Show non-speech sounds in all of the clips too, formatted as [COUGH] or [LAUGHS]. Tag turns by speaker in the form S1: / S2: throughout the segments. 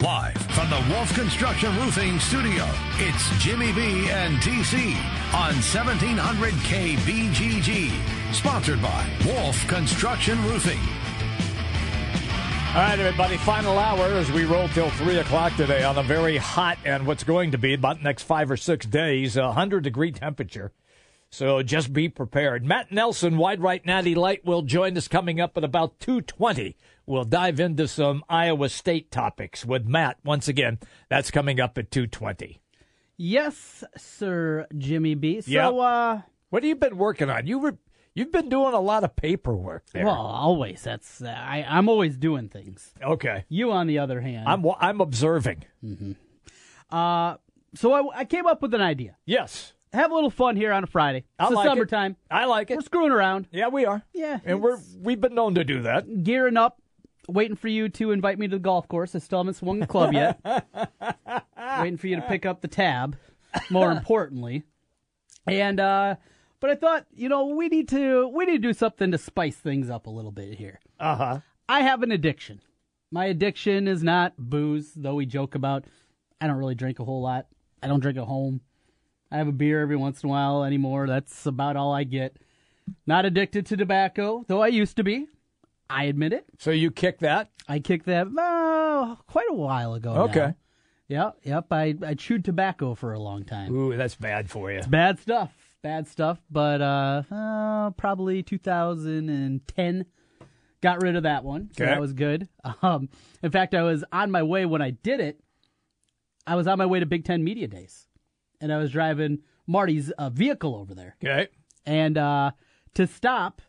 S1: Live from the Wolf Construction Roofing Studio, it's Jimmy B and TC on 1700 KBGG. Sponsored by Wolf Construction Roofing.
S2: All right, everybody, final hour as we roll till 3 o'clock today on a very hot and what's going to be about the next five or six days, a 100 degree temperature. So just be prepared. Matt Nelson, wide right Natty Light, will join us coming up at about 220. We'll dive into some Iowa State topics with Matt once again. That's coming up at 220.
S3: Yes, sir, Jimmy B. So,
S2: Yep.
S3: uh,
S2: What have you been working on? You were, you've been doing a lot of paperwork there.
S3: well, always. That's uh, I, I'm always doing things.
S2: okay.
S3: You, on the other hand,
S2: I'm, wa- I'm observing.
S3: uh, so I, I came up with an idea.
S2: Yes.
S3: Have a little fun here on a Friday.
S2: I
S3: It's the
S2: like it.
S3: summertime.
S2: I like it.
S3: We're screwing around,
S2: Yeah, we are.
S3: Yeah,
S2: and we're we've been known to do that.
S3: gearing up, waiting for you to invite me to the golf course. I still haven't swung the club yet. waiting for you to pick up the tab. More importantly, and uh, but I thought you know we need to we need to do something to spice things up a little bit here.
S2: Uh huh.
S3: I have an addiction. My addiction is not booze, though we joke about. I don't really drink a whole lot. I don't drink at home. I have a beer every once in a while anymore. That's about all I get. Not addicted to tobacco, though I used to be. I admit it.
S2: So you kick that?
S3: I kicked that oh, quite a while ago. now.
S2: Okay.
S3: Yep. Yep. I, I chewed tobacco for a long time.
S2: Ooh, that's bad for you.
S3: Bad stuff. Bad stuff. But uh, uh, probably 2010 got rid of that one. So
S2: Okay.
S3: that was good. Um, in fact, I was on my way when I did it. I was on my way to Big Ten Media Days, and I was driving Marty's uh, vehicle over there.
S2: Okay.
S3: And uh, to stop,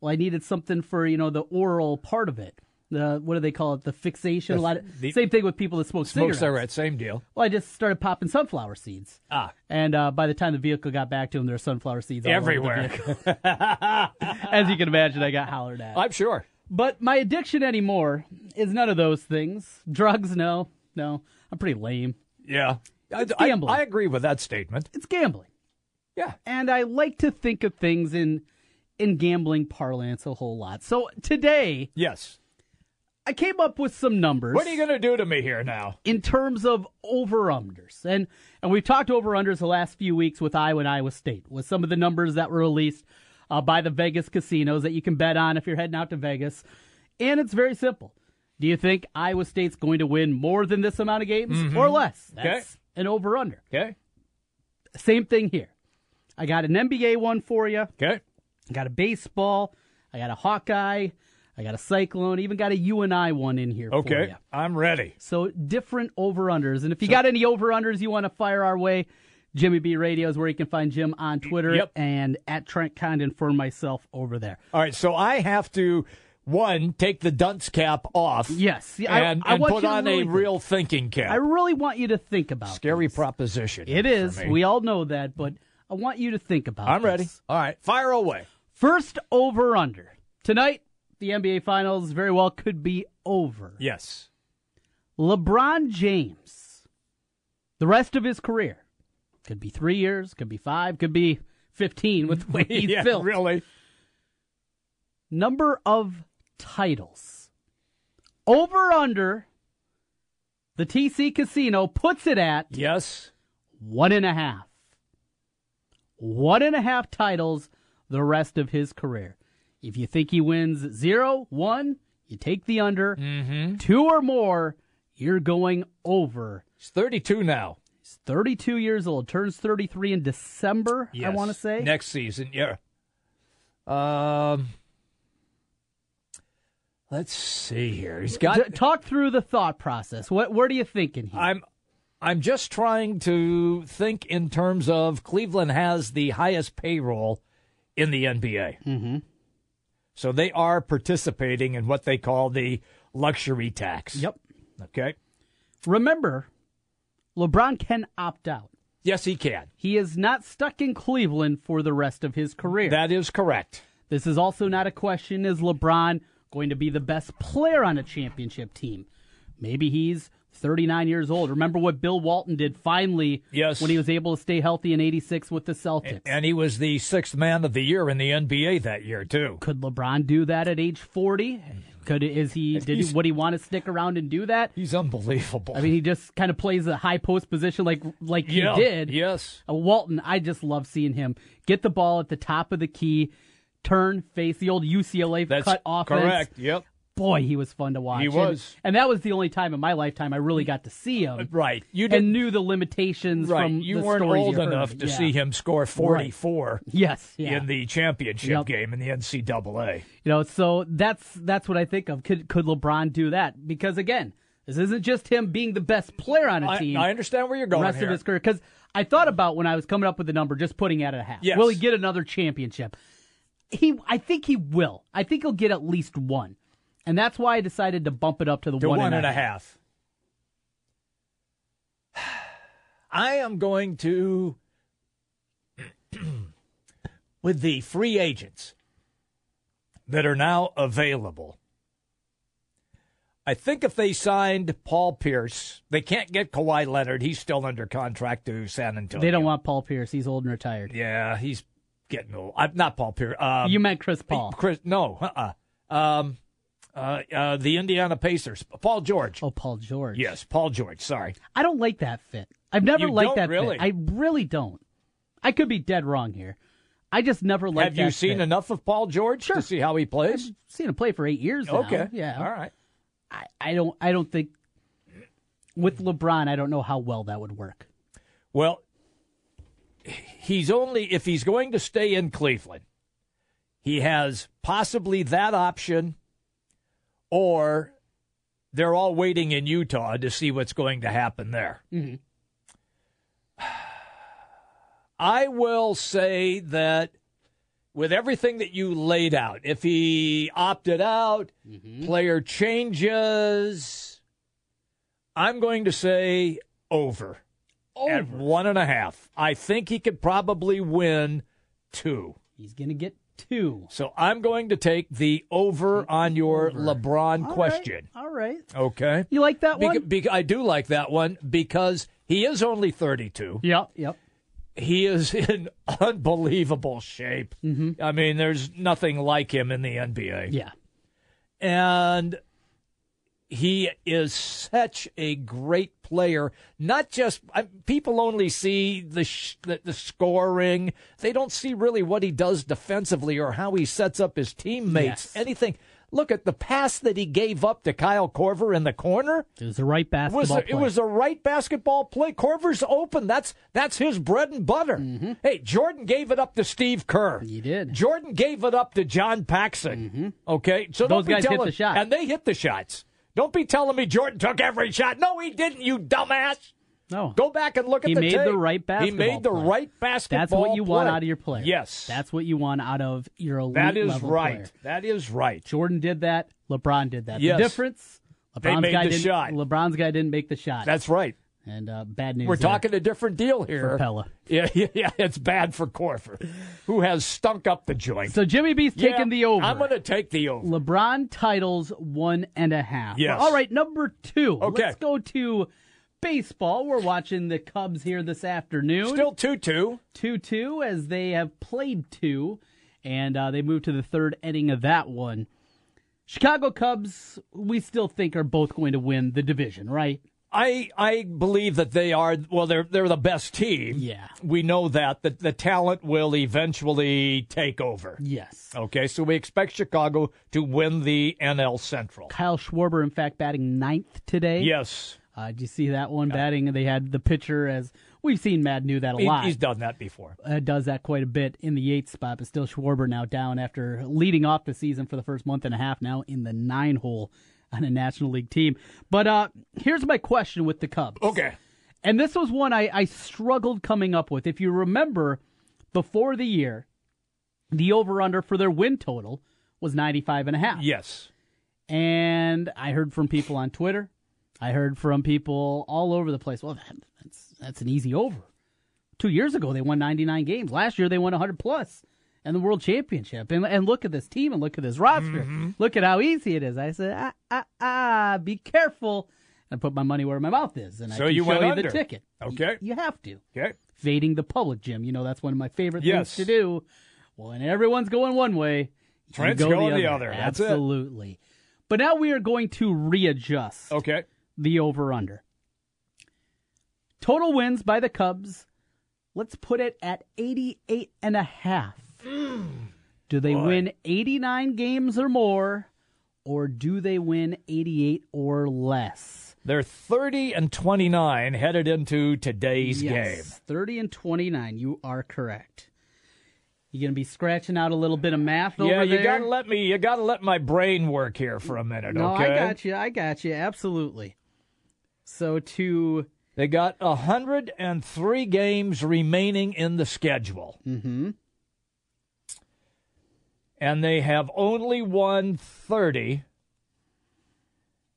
S3: well, I needed something for you know the oral part of it. The what do they call it? The fixation. a lot of,
S2: the-
S3: same thing with people that smoke
S2: Smoke
S3: cigarettes.
S2: cigarette, same deal.
S3: Well, I just started popping sunflower seeds.
S2: Ah,
S3: And uh, by the time the vehicle got back to him, there were sunflower seeds all over the
S2: everywhere.
S3: vehicle.
S2: [LAUGHS]
S3: As you can imagine, I got hollered at.
S2: I'm sure.
S3: But my addiction anymore is none of those things. Drugs, no, no. I'm pretty lame.
S2: Yeah. I, I,
S3: gambling.
S2: I agree with that statement.
S3: It's gambling,
S2: Yeah.
S3: and I like to think of things in in gambling parlance a whole lot. So today,
S2: Yes.
S3: I came up with some numbers.
S2: What are you going to do to me here now?
S3: in terms of over unders. And and we've talked over unders the last few weeks with Iowa and Iowa State with some of the numbers that were released uh, by the Vegas casinos that you can bet on if you're heading out to Vegas. And it's very simple. Do you think Iowa State's going to win more than this amount of games
S2: Mm-hmm.
S3: or less? That's an over under.
S2: Okay.
S3: Same thing here. I got an NBA one for you.
S2: Okay.
S3: I got a baseball. I got a Hawkeye. I got a Cyclone. Even got a UNI one in here for
S2: Okay.
S3: you.
S2: I'm ready.
S3: So different over unders. And if you got any over unders you want to fire our way, Jimmy B Radio is where you can find Jim on Twitter
S2: Yep.
S3: and at Trent Condon for myself over there.
S2: All right. So I have to one take the dunce cap off.
S3: Yes.
S2: And,
S3: I- I
S2: and
S3: want
S2: put
S3: you to
S2: on
S3: really
S2: a
S3: think.
S2: real thinking cap.
S3: I really want you to think about
S2: Scary
S3: this.
S2: proposition.
S3: It
S2: for
S3: is.
S2: me.
S3: We all know that, but I want you to think about
S2: I'm
S3: this.
S2: ready. All right. Fire away.
S3: First over under. Tonight, the NBA finals very well could be over.
S2: Yes.
S3: LeBron James, the rest of his career, could be three years, could be five, could be 15 with the way
S2: [LAUGHS]
S3: he's
S2: yeah,
S3: built.
S2: really.
S3: Number of titles. Over under, the TC Casino puts it at
S2: Yes.
S3: one and a half. One and a half titles the rest of his career. If you think he wins zero, one, you take the under. Two or more, you're going over.
S2: He's 32 now.
S3: He's 32 years old. Turns 33 in December, I
S2: Yes.
S3: want to say.
S2: next season. Yeah. Um. Let's see here. He's got.
S3: D- talk through the thought process. What What are you thinking here?
S2: I'm. I'm just trying to think in terms of Cleveland has the highest payroll in the NBA. Mm-hmm. So they are participating in what they call the luxury tax.
S3: yep.
S2: Okay.
S3: Remember, LeBron can opt out.
S2: Yes, he can.
S3: He is not stuck in Cleveland for the rest of his career.
S2: That is correct.
S3: This is also not a question is LeBron going to be the best player on a championship team? Maybe he's 39 years old. Remember what Bill Walton did finally
S2: Yes.
S3: when he was able to stay healthy in 86 with the Celtics.
S2: And he was the sixth man of the year in the NBA that year too.
S3: Could LeBron do that at age 40? Could is he did he,
S2: He's-
S3: would he want to stick around and do that?
S2: He's unbelievable.
S3: I mean, he just kind of plays a high post position like like
S2: [LAUGHS] yeah,
S3: he did.
S2: Yes.
S3: Uh, Walton, I just love seeing him get the ball at the top of the key, turn, face the old UCLA
S2: That's
S3: cut offense.
S2: correct. Yep.
S3: Boy, he was fun to watch.
S2: He
S3: And-
S2: was.
S3: and, that was the only time in my lifetime I really got to see him.
S2: Right. You
S3: and
S2: didn't.
S3: knew the limitations
S2: right.
S3: from
S2: You
S3: the
S2: weren't
S3: stories
S2: old
S3: you heard.
S2: enough to
S3: Yeah.
S2: see him score 44
S3: Yes, yeah.
S2: in the championship
S3: Yep.
S2: game in the NCAA.
S3: You know, so that's that's what I think of. Could could LeBron do that? Because again, this isn't just him being the best player on a
S2: I,
S3: team.
S2: I understand where you're
S3: the
S2: going
S3: rest
S2: here.
S3: of his career. Because I thought about when I was coming up with the number, just putting it at a half.
S2: Yes.
S3: Will he get another championship? He, I think he will. I think he'll get at least one, and that's why I decided to bump it up to the
S2: to
S3: one
S2: one and a
S3: half.
S2: half. [SIGHS] I am going to [CLEARS THROAT] with the free agents that are now available. I think if they signed Paul Pierce, they can't get Kawhi Leonard. He's still under contract to San Antonio.
S3: They don't want Paul Pierce. He's old and retired.
S2: Yeah, he's getting old. I'm not Paul Pierce. Um,
S3: you meant Chris Paul.
S2: Chris? No. Uh. uh Um. Uh, uh. The Indiana Pacers. Paul George.
S3: Oh, Paul George.
S2: Yes, Paul George. Sorry.
S3: I don't like that fit. I've never
S2: You
S3: liked
S2: don't
S3: that
S2: really?
S3: fit. I really don't. I could be dead wrong here. I just never liked
S2: Have you
S3: that
S2: seen
S3: fit.
S2: enough of Paul George to see how he plays?
S3: seen him play for eight years now.
S2: Okay.
S3: Yeah.
S2: All right.
S3: I, I don't I don't think with LeBron I don't know how well that would work.
S2: Well, he's only if he's going to stay in Cleveland, he has possibly that option, or they're all waiting in Utah to see what's going to happen there. [SIGHS] I will say that with everything that you laid out, if he opted out, player changes, I'm going to say over at one and a half. I think he could probably win two.
S3: He's gonna get two.
S2: So I'm going to take the over on your LeBron
S3: All right,
S2: question.
S3: All right.
S2: Okay.
S3: You like that
S2: Bec-
S3: one?
S2: bec- I do like that one because he is only 32.
S3: Yep. Yep.
S2: He is in [LAUGHS] unbelievable shape.
S3: Mm-hmm.
S2: I mean, there's nothing like him in the NBA.
S3: Yeah.
S2: and he is such a great player. Not just I, people only see the, sh- the the scoring; they don't see really what he does defensively or how he sets up his teammates.
S3: Yes.
S2: Anything. Look at the pass that he gave up to Kyle Corver in the corner.
S3: It was the right basketball
S2: Was a- it
S3: play.
S2: was a right basketball play? Corver's open. That's that's his bread and butter. Hey, Jordan gave it up to Steve Kerr.
S3: Mm-hmm. He did. Mm-hmm.
S2: Jordan gave it up to John Paxson. Okay, so
S3: Those
S2: don't be
S3: guys hit
S2: telling-
S3: the shot.
S2: and they hit the shots. Don't be telling me Jordan took every shot. No, he didn't. You dumbass.
S3: no.
S2: Go back and look at
S3: He
S2: the
S3: made the
S2: tape.
S3: right
S2: He
S3: basketball
S2: made the
S3: play.
S2: right basketball.
S3: That's what you want
S2: play.
S3: out of your player.
S2: Yes,
S3: That's what you want out of your elite
S2: that is
S3: level
S2: right.
S3: player.
S2: That is right.
S3: Jordan did that. LeBron did that.
S2: Yes.
S3: The difference. LeBron's
S2: They made
S3: guy
S2: the
S3: didn't,
S2: shot.
S3: LeBron's guy didn't make the shot.
S2: That's right.
S3: and uh, bad news.
S2: We're
S3: there
S2: talking a different deal here.
S3: for Pella.
S2: Yeah, [LAUGHS] yeah, yeah, it's bad for Corfer, who has stunk up the joint.
S3: So Jimmy B's
S2: Yeah,
S3: taking the over.
S2: I'm going to take the over.
S3: LeBron titles one and a half.
S2: Yes.
S3: All right, number two.
S2: Okay.
S3: Let's go to baseball. We're watching the Cubs here this afternoon.
S2: Still 2 2.
S3: 2 2 as they have played two, and uh, they move to the third inning of that one. Chicago Cubs, we still think are both going to win the division, right?
S2: I I believe that they are well they're they're the best team.
S3: Yeah.
S2: We know that that the talent will eventually take over.
S3: Yes.
S2: Okay, so we expect Chicago to win the NL Central.
S3: Kyle Schwarber, in fact, batting ninth today.
S2: Yes.
S3: Uh, did you see that one batting? They had the pitcher as we've seen Mad knew that a
S2: He-
S3: lot.
S2: he's done that before.
S3: uh, does that quite a bit in the eighth spot, but still Schwarber now down after leading off the season for the first month and a half, now in the nine hole on a National League team. But uh, here's my question with the Cubs.
S2: Okay.
S3: And this was one I, I struggled coming up with. If you remember, before the year, the over under for their win total was 95 and a half.
S2: Yes.
S3: And I heard from people on Twitter. I heard from people all over the place. Well, that, that's that's an easy over. Two years ago, they won 99 games. Last year, they won 100 plus and the world championship. And, and look at this team and look at this roster.
S2: Mm-hmm.
S3: Look at how easy it is. I said, ah, ah, ah, be careful. And I put my money where my mouth is. And I
S2: So
S3: can
S2: you
S3: show
S2: went
S3: you
S2: under.
S3: the ticket. Y-
S2: Okay.
S3: You have to.
S2: Okay.
S3: Fading the public, Jim. You know, that's one of my favorite
S2: Yes.
S3: things to do. When everyone's going one way, you
S2: Trent's
S3: go
S2: going the other. That's it.
S3: Absolutely. But now we are going to readjust
S2: Okay.
S3: the over under. Total wins by the Cubs, let's put it at 88 and a half.
S2: Mm.
S3: Do they win 89 games or more, or do they win 88 or less?
S2: They're 30 and 29 headed into today's game.
S3: 30 and 29. You are correct. You're going to be scratching out a little bit of math
S2: yeah,
S3: over
S2: you
S3: there.
S2: gotta let me. You gotta let my brain work here for a minute.
S3: no,
S2: okay.
S3: I got you. I got you. Absolutely. So to
S2: They got 103 games remaining in the schedule. Mm-hmm. And they have only won 30.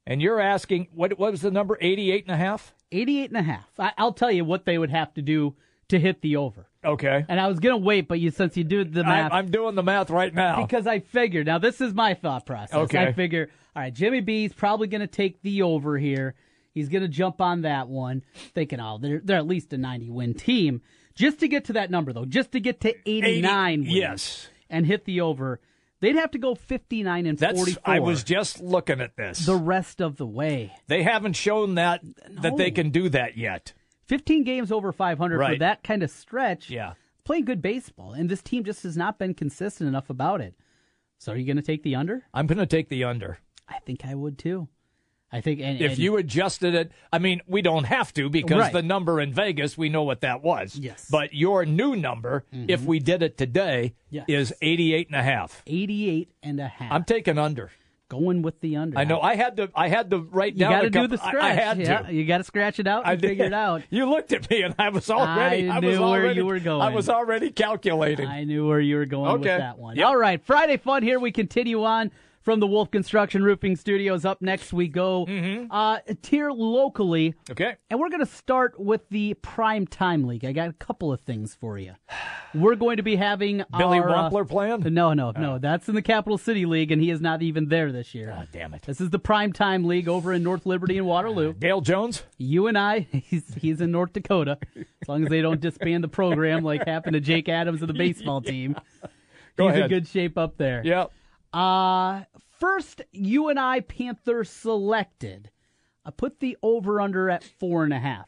S2: And you're asking, what, what was the number? 88 and a half?
S3: 88 and a half. I, I'll tell you what they would have to do to hit the over.
S2: Okay.
S3: And I was going to wait, but you since you did the math,
S2: I'm, I'm doing the math right now.
S3: because I figured. Now this is my thought process.
S2: Okay.
S3: I figure, all right, Jimmy B's probably going to take the over here. He's going to jump on that one, thinking, oh, they're they're at least a 90 win team. Just to get to that number though, just to get to 89 wins
S2: Yes.
S3: and hit the over, they'd have to go 59 and
S2: That's,
S3: 44
S2: I was just looking at this.
S3: the rest of the way.
S2: they haven't shown that that they
S3: No.
S2: can do that yet.
S3: 15 games over 500 for
S2: Right.
S3: that kind of stretch.
S2: Yeah.
S3: Playing good baseball, and this team just has not been consistent enough about it. So, are you going to take the under?
S2: I'm going to take the under.
S3: I think I would too. I think and,
S2: if
S3: and-
S2: you adjusted it i mean we don't have to because
S3: Right.
S2: the number in vegas we know what that was
S3: Yes. Mm-hmm.
S2: but your new number if we did it today
S3: Yes.
S2: is 88 and a half
S3: 88 and a half.
S2: i'm taking under
S3: going with the under.
S2: i know i had to i had to write
S3: You
S2: down
S3: got to
S2: a
S3: do
S2: couple,
S3: the
S2: I-
S3: scratch.
S2: I, had
S3: yeah,
S2: to
S3: you got to scratch it out
S2: I
S3: and figure
S2: did. [LAUGHS]
S3: it out.
S2: You looked at me, and I was already.
S3: I
S2: was
S3: knew where
S2: already,
S3: you were going.
S2: I was already calculating.
S3: I knew where you were going with
S2: Okay.
S3: that one.
S2: Yep.
S3: All right, Friday fun here. We continue on from the Wolf Construction Roofing Studios. Up next, we go
S2: Mm-hmm.
S3: uh, tier locally,
S2: okay.
S3: and we're going to start with the Prime Time League. I got a couple of things
S2: [SIGHS]
S3: for you. We're going to be having
S2: Billy
S3: our, uh,
S2: Wampler plan.
S3: No, no, no. That's in the Capital City League, and he is not even there this year.
S2: God damn it.
S3: This is the prime time league over in North Liberty and Waterloo.
S2: Dale Jones.
S3: You and I, [LAUGHS] he's, he's in North Dakota, as long as they don't disband the program like happened to Jake Adams of the
S2: [LAUGHS]
S3: baseball team.
S2: Go
S3: he's in
S2: ahead.
S3: good shape up there.
S2: Yeah.
S3: Uh, first, you and I, Panther selected. I put the over under at four and a half.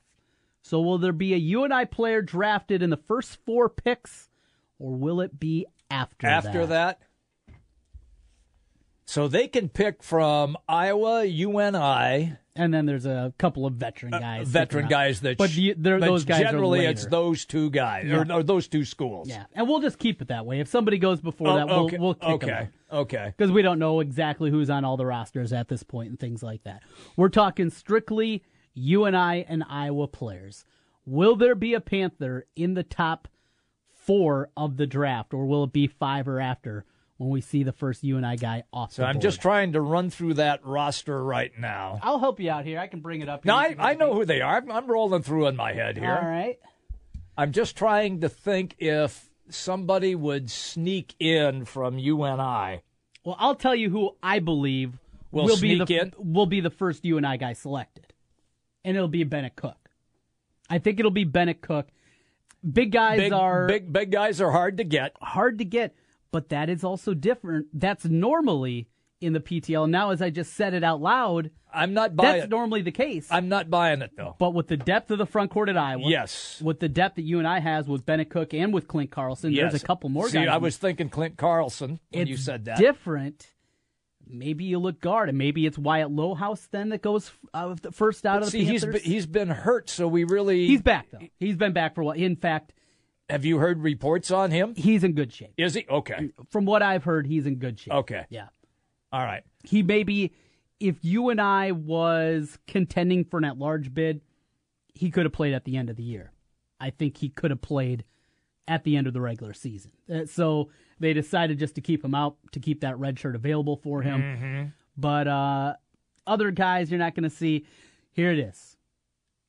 S3: So will there be a you and I player drafted in the first four picks, or will it be after
S2: after that.
S3: that?
S2: So they can pick from Iowa, UNI,
S3: And then there's a couple of veteran guys.
S2: Uh, veteran
S3: sticking out.
S2: guys that.
S3: But
S2: sh-
S3: you- they're-
S2: but
S3: those guys are
S2: generally it's
S3: later.
S2: those two guys or, or those two schools.
S3: Yeah, and we'll just keep it that way. If somebody goes before
S2: Oh,
S3: that, we'll
S2: okay.
S3: we'll kick
S2: okay. Okay.
S3: because we don't know exactly who's on all the rosters at this point and things like that. We're talking strictly you and I and Iowa players. Will there be a Panther in the top four of the draft, or will it be five or after when we see the first you and I guy off?
S2: So I'm just trying to run through that roster right now.
S3: I'll help you out here. I can bring it up.
S2: Now I,
S3: here.
S2: I know who they are. I'm, I'm rolling through in my head
S3: All
S2: here.
S3: right.
S2: I'm just trying to think if somebody would sneak in from UNI.
S3: Well, I'll tell you who I believe
S2: Will
S3: be
S2: sneak
S3: the
S2: in?
S3: will be the first you and I guy selected, and it'll be Bennett Cook. I think it'll be Bennett Cook. Big guys
S2: Big,
S3: are
S2: big big guys are hard to get.
S3: hard to get, but that is also different. That's normally in the PTL. Now, as I just said it out loud,
S2: I'm not
S3: that's
S2: buying.
S3: normally the case.
S2: I'm not buying it though.
S3: but with the depth of the front court at Iowa,
S2: Yes.
S3: with the depth that you and I has with Bennett Cook and with Clint Carlson, there's a couple more
S2: See,
S3: guys.
S2: I
S3: in
S2: was thinking Clint Carlson when
S3: it's
S2: you said that.
S3: different. Maybe you look guard, and maybe it's Wyatt Lowhouse then that goes uh, the first out of the
S2: See, he's
S3: Panthers.
S2: be- he's been hurt, so we really
S3: he's back though. He's been back for a while. In fact,
S2: have you heard reports on him?
S3: he's in good shape.
S2: Is he okay?
S3: From what I've heard, he's in good shape.
S2: Okay,
S3: Yeah,
S2: all right.
S3: he may be. If you and I was contending for an at-large bid, he could have played at the end of the year. I think he could have played at the end of the regular season. Uh, So they decided just to keep him out to keep that red shirt available for him. But uh, other guys you're not going to see. Here it is.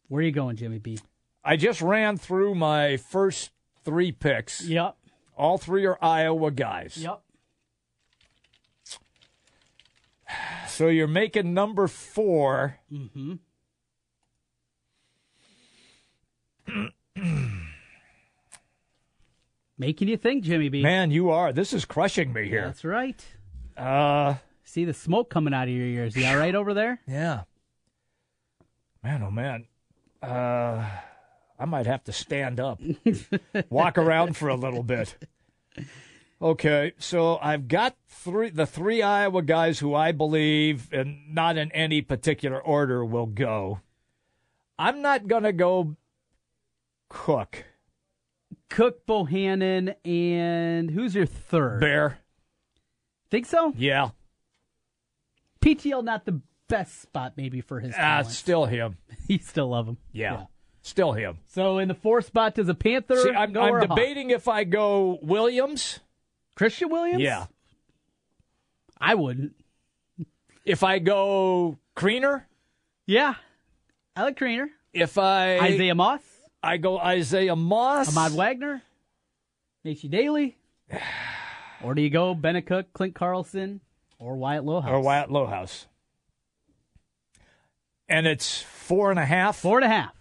S3: Where are you going, Jimmy B?
S2: I just ran through my first three picks.
S3: Yep.
S2: All three are Iowa guys.
S3: Yep.
S2: So you're making number 4
S3: Mm-hmm. Making you think, Jimmy B.
S2: Man, you are. This is crushing me here.
S3: That's right.
S2: Uh,
S3: See the smoke coming out of your ears. You all right over there?
S2: Yeah. Man, oh man. Uh, I might have to stand up, [LAUGHS] walk around for a little bit. Okay, so I've got three the three Iowa guys who I believe, and not in any particular order, will go. I'm not gonna go Cook,
S3: Cook, Bohannon, and who's your third?
S2: Bear.
S3: Think so?
S2: Yeah,
S3: PTL not the best spot maybe for his
S2: ah,
S3: talent. [LAUGHS]
S2: still him.
S3: you still love him.
S2: Yeah, still him.
S3: So in the four spot, does a Panther
S2: See, I'm,
S3: go or
S2: I'm
S3: a Hawk?
S2: debating if I go Williams.
S3: Christian Williams?
S2: Yeah,
S3: I wouldn't.
S2: if I go Creener.
S3: Yeah. I like Creener.
S2: If I
S3: Isaiah Moss.
S2: I go Isaiah Moss.
S3: Ahmad Wagner.
S2: [SIGHS]
S3: Nacy Daly. or do you go Bennett Cook, Clint Carlson, or Wyatt Lohouse?
S2: or Wyatt Lowhouse. And it's four and a half.
S3: Four and a half.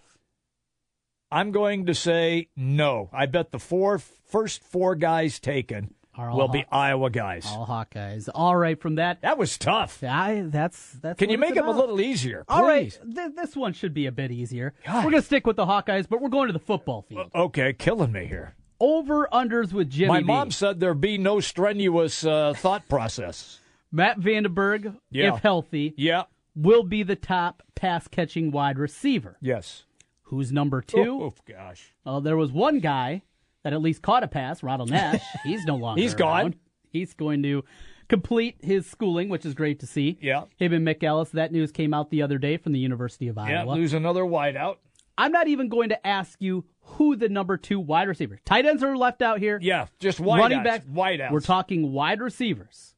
S2: I'm going to say no. I bet the four first four guys taken
S3: Are all
S2: will be
S3: Hawks.
S2: Iowa guys.
S3: All Hawkeyes. All right, from that,
S2: That was tough.
S3: I, that's that's.
S2: Can
S3: what
S2: you
S3: it's
S2: make them a
S3: about.
S2: little easier?
S3: All right,
S2: please?
S3: th- this one should be a bit easier.
S2: God.
S3: We're gonna stick with the Hawkeyes, but we're going to the football field.
S2: Okay, killing me here.
S3: Over unders with Jimmy.
S2: My
S3: B.
S2: mom said there be no strenuous uh, thought process.
S3: Matt Vandenberg,
S2: Yeah.
S3: if healthy,
S2: Yeah.
S3: will be the top pass catching wide receiver.
S2: Yes.
S3: Who's number two?
S2: Oh, gosh.
S3: Well, there was one guy that at least caught a pass,
S2: [LAUGHS]
S3: Ronald Nash. He's no longer.
S2: He's gone.
S3: around. He's going to complete his schooling, which is great to see.
S2: Yeah.
S3: Him and Mick Ellis. That news came out the other day from the University of
S2: Yeah.
S3: Iowa.
S2: Lose another wideout.
S3: I'm not even going to ask you who the number two wide receiver. Tight ends are left out here.
S2: Yeah. Just wideouts.
S3: Running back.
S2: Wideouts.
S3: We're talking wide receivers.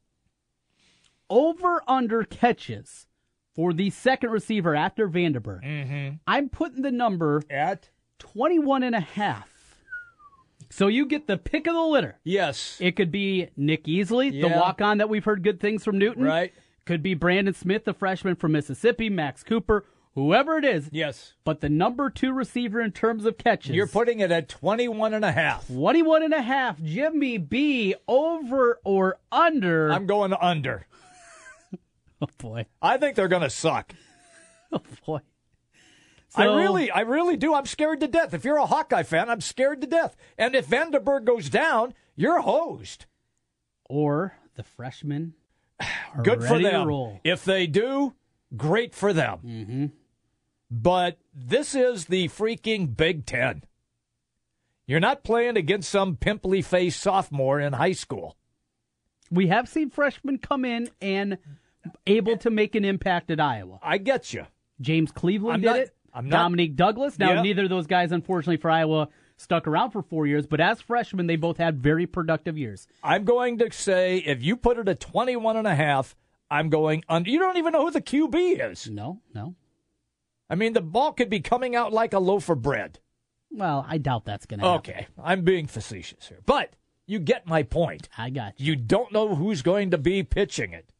S3: Over under catches for the second receiver after Vanderburg.
S2: Mm-hmm.
S3: I'm putting the number
S2: at.
S3: 21 and a half. So you get the pick of the litter.
S2: Yes.
S3: It could be Nick Easley, the
S2: Yeah.
S3: walk on that we've heard good things from Newton.
S2: Right.
S3: Could be Brandon Smith, the freshman from Mississippi, Max Cooper, whoever it is.
S2: Yes.
S3: But the number two receiver in terms of catches.
S2: You're putting it at 21 and a half.
S3: 21 and a half. Jimmy B over or under.
S2: I'm going under.
S3: [LAUGHS] oh, boy.
S2: I think they're going to suck.
S3: Oh, boy. So-
S2: I really, I really do. I'm scared to death. If you're a Hawkeye fan, I'm scared to death. And if Vanderberg goes down, you're hosed.
S3: Or
S2: [SIGHS]
S3: the freshman. are
S2: Good for
S3: ready to
S2: them.
S3: roll.
S2: If they do, great for them. Mm-hmm. But this is the freaking Big Ten. You're not playing against some pimply faced sophomore in high school.
S3: We have seen freshmen come in and able to make an impact at Iowa.
S2: I get you.
S3: James Cleveland
S2: I'm
S3: did
S2: not-
S3: it.
S2: I'm not-
S3: Dominique Douglas. Now,
S2: Yeah.
S3: neither of those guys, unfortunately for Iowa, stuck around for four years, but as freshmen, they both had very productive years.
S2: I'm going to say if you put it at 21 and a half, I'm going under. You don't even know who the QB is.
S3: No, no.
S2: I mean, the ball could be coming out like a loaf of bread.
S3: Well, I doubt that's going to happen.
S2: Okay, I'm being facetious here, but you get my point.
S3: I got you.
S2: You don't know who's going to be pitching it,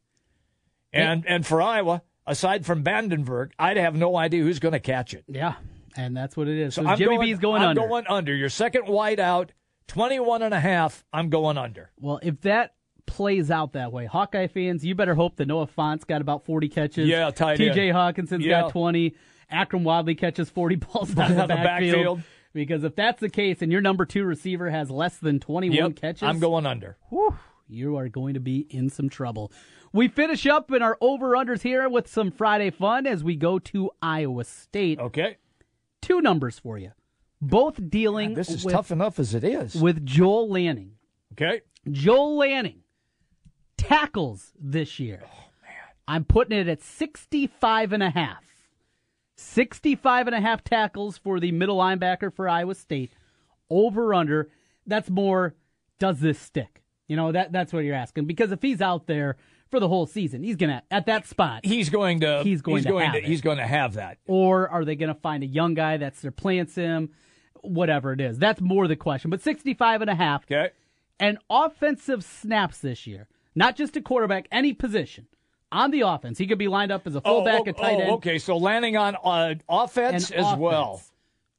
S2: and and for Iowa, aside from Vandenberg, I'd have no idea who's going to catch it.
S3: Yeah, and that's what it is. So,
S2: I'm
S3: Jimmy
S2: going,
S3: B's going
S2: I'm
S3: under.
S2: going under. Your second wideout, 21 and a half. I'm going under.
S3: Well, if that plays out that way, Hawkeye fans, you better hope that Noah Font's got about 40 catches.
S2: Yeah, tight end.
S3: TJ Hawkinson's
S2: Yeah.
S3: got 20. Akram Wadley catches
S2: [LAUGHS]
S3: 40 balls out of the
S2: Out of the
S3: backfield.
S2: backfield.
S3: Because if that's the case and your number two receiver has less than 21
S2: Yep,
S3: catches,
S2: I'm going under.
S3: whew, you are going to be in some trouble. We finish up in our over-unders here with some Friday fun as we go to Iowa State.
S2: Okay,
S3: Two numbers for you. Both dealing
S2: this is
S3: with,
S2: tough enough as it is.
S3: with Joel Lanning.
S2: Okay,
S3: Joel Lanning tackles this year. I'm putting it at 65 and a half. 65 and a half tackles for the middle linebacker for Iowa State. Over under. That's more does this stick? You know, that that's what you're asking because if he's out there for the whole season, he's going to at that spot
S2: he's going to.
S3: He's going to have it.
S2: he's going to have that.
S3: or are they going to find a young guy that's their plants him whatever it is. That's more the question. But 65 and a half
S2: Okay.
S3: and offensive snaps this year, not just a quarterback, any position on the offense. He could be lined up as a fullback, a tight end,
S2: oh, okay. So landing on uh,
S3: and
S2: offense as
S3: offense.
S2: well.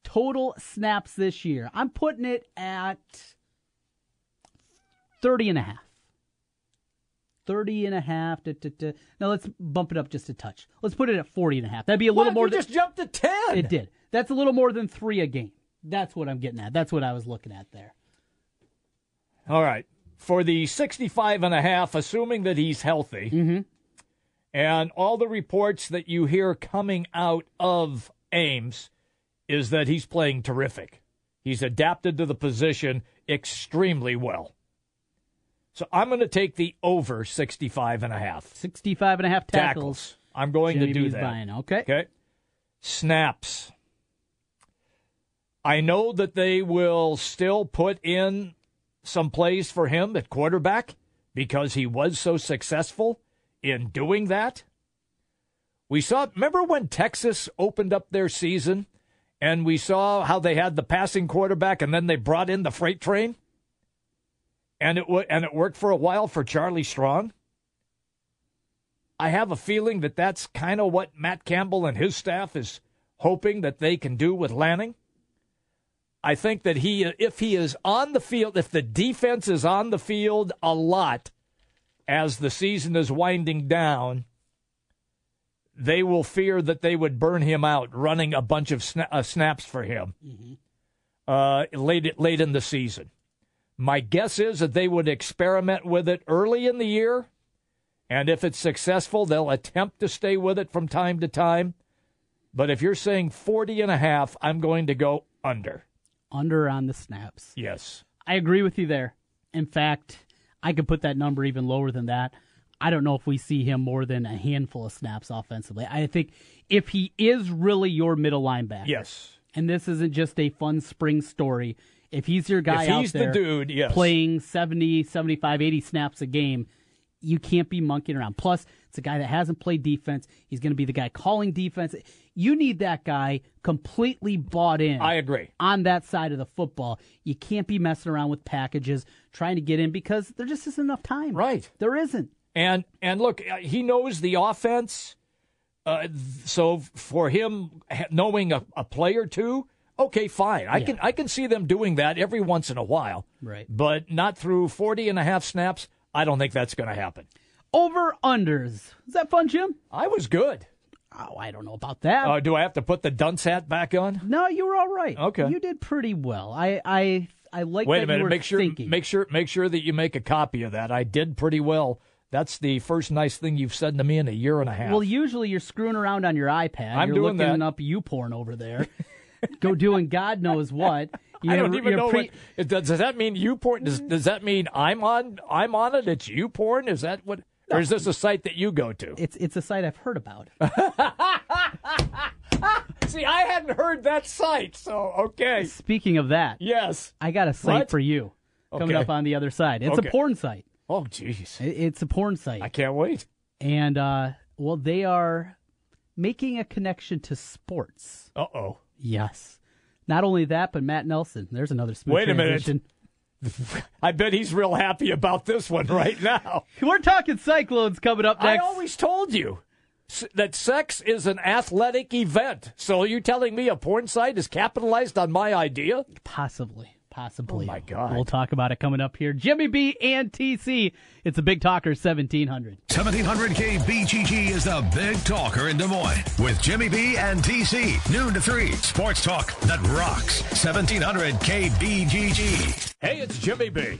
S3: Total snaps this year. I'm putting it at 30 and a half. 30 and a half. Da, da, da. Now let's bump it up just a touch. Let's put it at 40 and a half. That'd be a little
S2: What?
S3: more
S2: You
S3: than
S2: just jumped to ten.
S3: it did. That's a little more than three a game. That's what I'm getting at. That's what I was looking at there.
S2: All right. For the 65 and a half, assuming that he's healthy, and all the reports that you hear coming out of Ames is that he's playing terrific. He's adapted to the position extremely well. So I'm going to take the over 65 and a half
S3: 65 and a half
S2: tackles.
S3: tackles.
S2: I'm going to do
S3: JB's
S2: that.
S3: buying. Okay.
S2: Okay. Snaps. I know that they will still put in some plays for him at quarterback because he was so successful in doing that. We saw, remember when Texas opened up their season and we saw how they had the passing quarterback and then they brought in the freight train? And it, wa and it worked for a while for Charlie Strong. I have a feeling that that's kind of what Matt Campbell and his staff is hoping that they can do with Lanning. I think that he, if he is on the field, if the defense is on the field a lot as the season is winding down, they will fear that they would burn him out running a bunch of sna- uh, snaps for him uh, late late in the season. My guess is that they would experiment with it early in the year and if it's successful, they'll attempt to stay with it from time to time. But if you're saying 40 and a half, I'm going to go under.
S3: Under on the snaps.
S2: Yes.
S3: I agree with you there. In fact, I could put that number even lower than that. I don't know if we see him more than a handful of snaps offensively. I think if he is really your middle linebacker,
S2: Yes.
S3: and this isn't just a fun spring story, if he's your guy
S2: if he's
S3: out there
S2: the dude, yes.
S3: playing 70, 75, 80 snaps a game, you can't be monkeying around. Plus, it's a guy that hasn't played defense. He's going to be the guy calling defense. You need that guy completely bought in
S2: I agree.
S3: on that side of the football. You can't be messing around with packages trying to get in because there just isn't enough time.
S2: Right.
S3: There isn't.
S2: And and look, uh, he knows the offense. Uh, th- so for him ha- knowing a, a play or two, okay, fine. I can I can see them doing that every once in a while.
S3: Right.
S2: But not through 40 and a half snaps. I don't think that's going to happen.
S3: Over unders. Is that fun, Jim?
S2: I was good.
S3: Oh, I don't know about that.
S2: Uh, do I have to put the dunce hat back on?
S3: no, you were all right.
S2: Okay.
S3: You did pretty well. I I I like
S2: Wait
S3: that
S2: a
S3: you
S2: minute.
S3: were
S2: Make sure,
S3: thinking.
S2: make sure, make sure that you make a copy of that. I did pretty well. That's the first nice thing you've said to me in a year and a half.
S3: Well, usually you're screwing around on your iPad.
S2: I'm
S3: you're
S2: doing
S3: looking
S2: that.
S3: up you porn over there. [LAUGHS] Go doing God knows what.
S2: [LAUGHS]
S3: You
S2: I don't even know what. it- Does, does that mean you porn? Does, does that mean I'm on? I'm on it. It's you porn. Is that what? Or is this a site that you go to?
S3: It's it's a site I've heard about.
S2: See, I hadn't heard that site. So okay.
S3: Speaking
S2: [LAUGHS]
S3: of that,
S2: Yes.
S3: I got a site
S2: What?
S3: for you coming
S2: Okay.
S3: up on the other side. It's
S2: Okay.
S3: a porn site.
S2: Oh, jeez.
S3: It- It's a porn site.
S2: I can't wait.
S3: and uh, well, they are making a connection to sports.
S2: Uh oh.
S3: Yes. Not only that, but Matt Nelson. There's another smooth
S2: Wait a minute.
S3: transition.
S2: [LAUGHS]
S3: [LAUGHS]
S2: I bet he's real happy about this one right now.
S3: We're talking cyclones coming up
S2: I
S3: next.
S2: always told you s- that sex is an athletic event. So are you telling me a porn site is capitalized on my idea?
S3: Possibly. Possibly.
S2: Oh, my God.
S3: We'll talk about it coming up here. Jimmy B and TC. It's a big talker 1700.
S1: 1700K BGG is the big talker in Des Moines with Jimmy B and TC. Noon to 3. Sports talk that rocks. 1700K BGG.
S2: Hey, it's Jimmy B.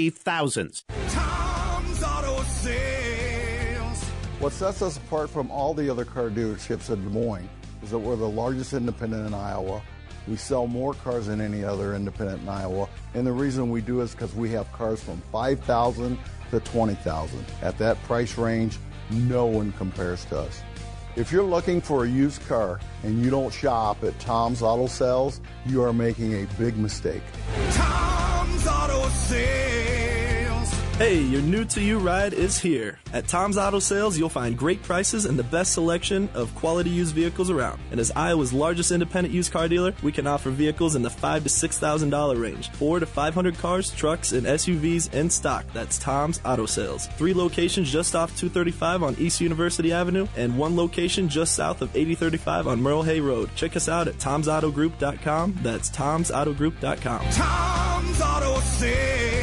S4: thousands.
S5: What sets us apart from all the other car dealerships in Des Moines is that we're the largest independent in Iowa. We sell more cars than any other independent in Iowa. And the reason we do is because we have cars from 5,000 to 20,000. At that price range, no one compares to us. If you're looking for a used car and you don't shop at Tom's Auto Sales, you are making a big mistake.
S6: Tom's Auto Sales.
S7: Hey, your new to you ride is here. At Tom's Auto Sales, you'll find great prices and the best selection of quality used vehicles around. And as Iowa's largest independent used car dealer, we can offer vehicles in the five to six thousand dollar range, four to five hundred cars, trucks, and SUVs in stock. That's Tom's Auto Sales. Three locations just off 235 on East University Avenue, and one location just south of 8035 on Merle Hay Road. Check us out at Tom'sAutoGroup.com. That's Tom'sAutoGroup.com.
S6: Tom's Auto Sales.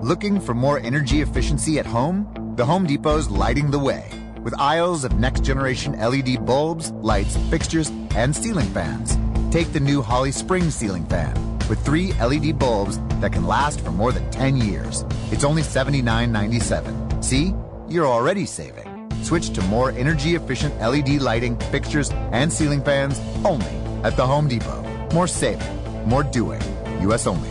S8: Looking for more energy efficiency at home? The Home Depot's lighting the way with aisles of next generation LED bulbs, lights, fixtures, and ceiling fans. Take the new Holly Spring ceiling fan with three LED bulbs that can last for more than 10 years. It's only $79.97. See? You're already saving. Switch to more energy efficient LED lighting, fixtures, and ceiling fans only at the Home Depot. More saving, more doing. U.S. only.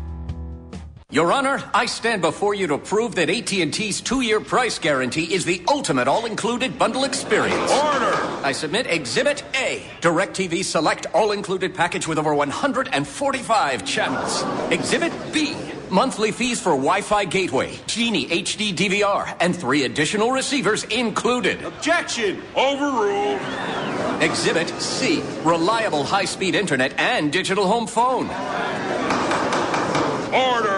S9: Your Honor, I stand before you to prove that AT&T's two-year price guarantee is the ultimate all-included bundle experience. Order! I submit Exhibit A, DirecTV Select all-included package with over 145 channels. Exhibit B, monthly fees for Wi-Fi gateway, Genie HD DVR, and three additional receivers included. Objection! Overruled. Exhibit C, reliable high-speed internet and digital home phone. Order!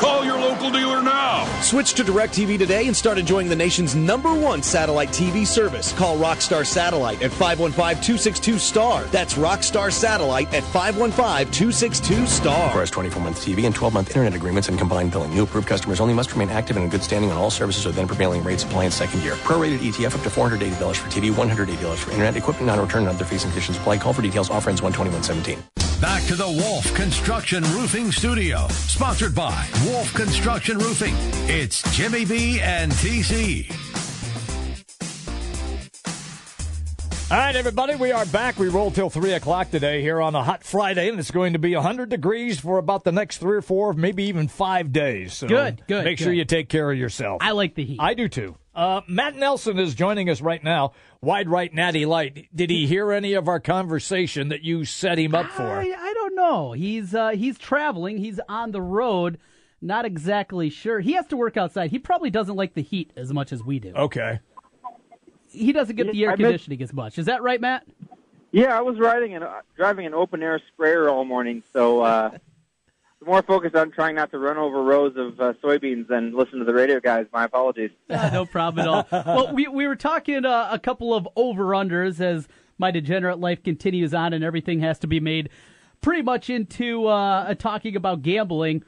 S9: Call your local dealer now.
S10: Switch to DirecTV today and start enjoying the nation's number one satellite TV service. Call Rockstar Satellite at 515 262 STAR. That's Rockstar Satellite at 515 262 STAR.
S11: Requires 24 month TV and 12 month internet agreements and combined billing. New approved customers only must remain active and in good standing on all services or then prevailing rates applying second year. Prorated ETF up to $480 for TV, $180 for internet equipment, non return, and other fees and conditions apply. Call for details. Offer ends 12117.
S1: Back to the Wolf Construction Roofing Studio, sponsored by Wolf Construction Roofing. It's Jimmy B and TC.
S2: All right, everybody, we are back. We roll till 3 o'clock today here on a hot Friday, and it's going to be 100 degrees for about the next three or four, maybe even five days. So
S3: Good, good,
S2: Make sure
S3: good.
S2: you take care of yourself. I
S3: like the heat.
S2: I do too. Uh, Matt Nelson is joining us right now. Wide right natty light. Did he hear any of our conversation that you set him up for?
S3: I, I don't know. He's uh, he's traveling. He's on the road. Not exactly sure. He has to work outside. He probably doesn't like the heat as much as we do.
S2: Okay.
S3: He doesn't get the air
S12: Oh. I miss-
S3: conditioning as much. Is that right, Matt?
S12: Yeah, I was riding and driving an open air sprayer all morning, so uh, more focused on trying not to run over rows of uh, soybeans than listen to the radio guys. My apologies.
S3: Uh, [LAUGHS] no problem at all. Well, we, we were talking uh, a couple of over unders as my degenerate life continues on and everything has to be made pretty much into uh, talking about gambling.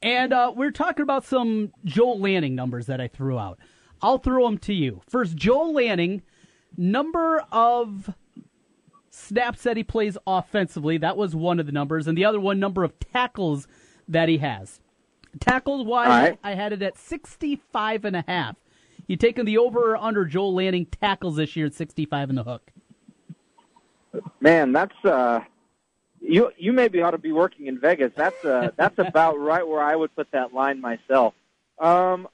S3: And uh, we're talking about some Joel Lanning numbers that I threw out. I'll throw them to you. First, Joel Lanning, number of snaps that he plays offensively. That was one of the numbers. And the other one, number of tackles that he has. Tackles wise,
S12: All right.
S3: I had it at 65 and a half. You taking the over or under Joel Lanning tackles this year at 65 in the hook?
S12: Man, that's uh, you. You maybe ought to be working in Vegas. That's uh, that's about right where I would put that line myself. Um,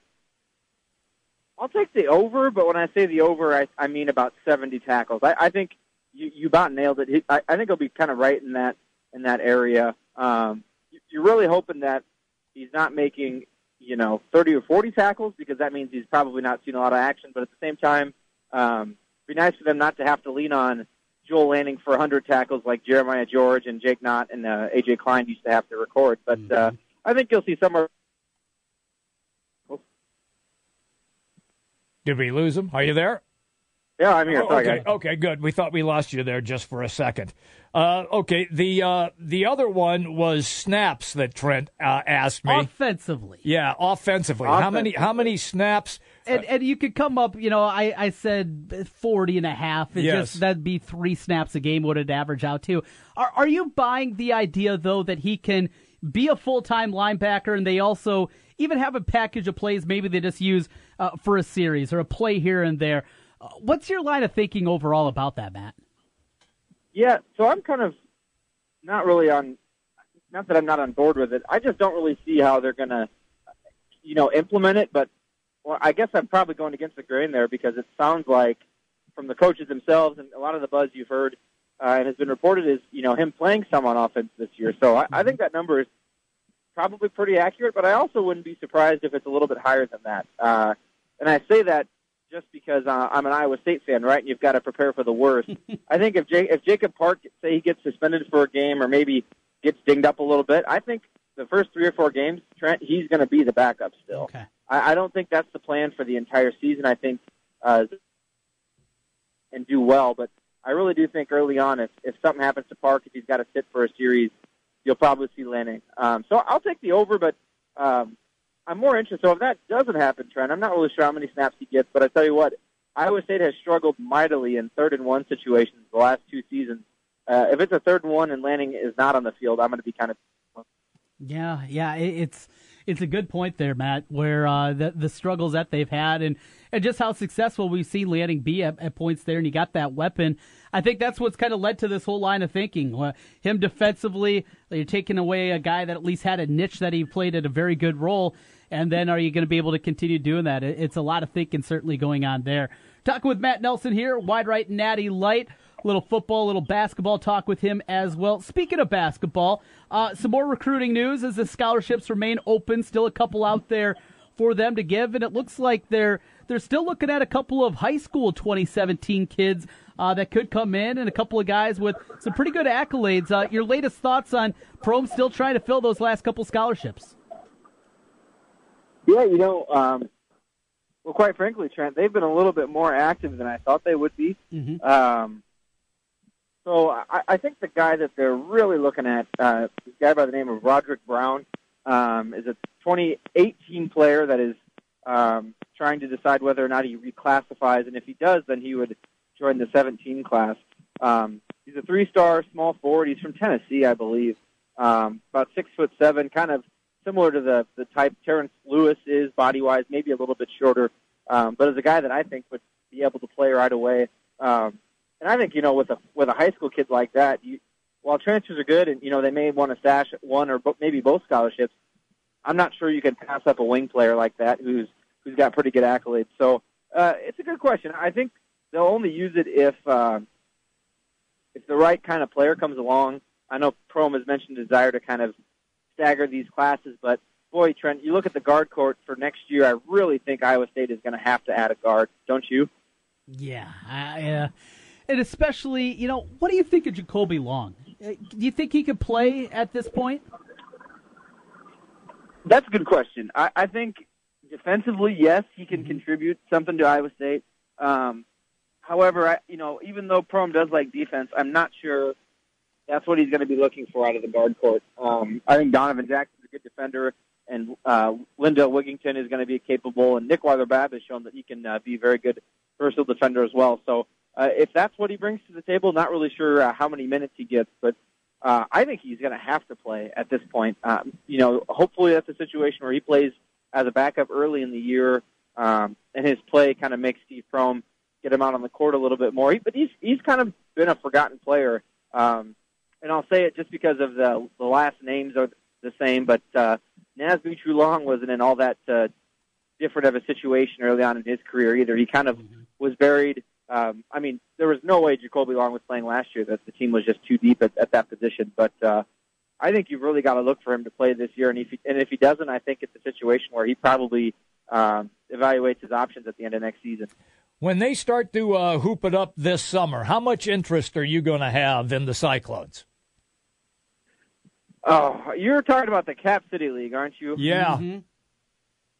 S12: I'll take the over, but when I say the over, I, I mean about seventy tackles. I, I think you, you about nailed it. He, I, I think he'll be kind of right in that in that area. Um, you, you're really hoping that he's not making you know thirty or forty tackles because that means he's probably not seen a lot of action. But at the same time, um, it'd be nice for them not to have to lean on Joel Lanning for 100 tackles like Jeremiah George and Jake Knott and uh, AJ Klein used to have to record. But uh,
S2: Mm-hmm.
S12: I think you'll see somewhere.
S2: Did we lose him? Are you there?
S12: Yeah, I'm here.
S2: Oh,
S12: Sorry,
S2: okay,
S12: guys.
S2: okay, good. We thought we lost you there just for a second. Uh, okay, the uh, the other one was snaps that Trent uh, asked me.
S3: Offensively.
S2: Yeah, offensively. How many how many snaps?
S3: And, and you could come up, you know, I, I said 40 and a half. It
S2: Yes.
S3: just, that'd be three snaps a game, would it average out to? Are, are you buying the idea, though, that he can be a full time linebacker and they also even have a package of plays maybe they just use uh, for a series or a play here and there? Uh, what's your line of thinking overall about that, Matt?
S12: Yeah, so I'm kind of not really on. Not that I'm not on board with it. I just don't really see how they're going to, you know, implement it. But well, I guess I'm probably going against the grain there because it sounds like from the coaches themselves and a lot of the buzz you've heard uh, and has been reported is you know him playing some on offense this year. So I, I think that number is probably pretty accurate, but I also wouldn't be surprised if it's a little bit higher than that. Uh, and I say that just because uh, I'm an Iowa State fan, right? And you've got to prepare for the worst. I think if Jake, if Jacob Park say he gets suspended for a game or maybe gets dinged up a little bit, I think the first three or four games, Trent, he's going to be the backup still.
S3: Okay.
S12: I, I don't think that's the plan for the entire season. I think uh, and do well, but I really do think early on, if if something happens to Park, if he's got to sit for a series, you'll probably see Lanning. Um, so I'll take the over, but um, I'm more interested. So if that doesn't happen, Trent, I'm not really sure how many snaps he gets, but I tell you what, Iowa State has struggled mightily in third and one situations the last two seasons. Uh, if it's a third and one and Lanning is not on the field, I'm going to be kind of
S3: Yeah, yeah, it, it's it's a good point there, Matt. Where uh, the the struggles that they've had, and and just how successful we've seen Lanning be at, at points there, and he got that weapon. I think that's what's kind of led to this whole line of thinking. Uh, him defensively, you're taking away a guy that at least had a niche that he played at a very good role, and then are you going to be able to continue doing that? It, it's a lot of thinking certainly going on there. Talking with Matt Nelson here, wide right, natty light little football, little basketball talk with him as well. Speaking of basketball, uh, some more recruiting news as the scholarships remain open. Still a couple out there for them to give, and it looks like they're they're still looking at a couple of high school 2017 kids uh, that could come in, and a couple of guys with some pretty good accolades. Uh, your latest thoughts on Prom still trying to fill those last couple scholarships?
S12: Yeah, you know, um, well, quite frankly, Trent, they've been a little bit more active than I thought they would be.
S3: Mhm.
S12: Um, so I, I think the guy that they're really looking at, uh, this guy by the name of Roderick Brown, um, is a 2018 player that is um, trying to decide whether or not he reclassifies, and if he does, then he would join the 17 class. Um, he's a three-star small forward. He's from Tennessee, I believe. Um, about six foot seven, kind of similar to the the type Terrence Lewis is body wise, maybe a little bit shorter, um, but is a guy that I think would be able to play right away. Um, and I think you know with a with a high school kid like that, you, while transfers are good and you know they may want to stash one or bo- maybe both scholarships, I'm not sure you can pass up a wing player like that who's who's got pretty good accolades. So uh, it's a good question. I think they'll only use it if uh, if the right kind of player comes along. I know Prom has mentioned desire to kind of stagger these classes. But boy, Trent, you look at the guard court for next year. I really think Iowa State is going to have to add a guard, don't you?
S3: Yeah, I, uh, and especially, you know, what do you think of Jacoby Long? Uh, Do you think he could play at this point?
S12: That's a good question. I, I think defensively, yes, he can contribute something to Iowa State. Um, however, I, you know, even though Prom does like defense, I'm not sure that's what he's going to be looking for out of the guard court. Um, I think Donovan Jackson's a good defender, and uh, Linda Wigington is going to be capable, and Nick Weiler-Babb has shown that he can uh, be a very good versatile defender as well. So uh, if that's what he brings to the table, not really sure uh, how many minutes he gets, but uh, I think he's going to have to play at this point. Um, you know, hopefully that's a situation where he plays as a backup early in the year um, and his play kind of makes Steve Prohm get him out on the court a little bit more. He, but he's he's kind of been a forgotten player, um, and I'll say it just because of the the last names are the same. But uh, Nasby Trulong wasn't in all that uh, different of a situation early on in his career either. He kind of was buried. Um, I mean, there was no way Jacoby Long was playing last year. That the team was just too deep at, at that position. But uh, I think you've really got to look for him to play this year. And if he, and if he doesn't, I think it's a situation where he probably um, evaluates his options at the end of next season.
S2: When they start to uh, hoop it up this summer, how much interest are you going to have in the Cyclones?
S12: Oh, you're talking about the Cap City League, aren't you?
S2: Yeah.
S12: Mm-hmm.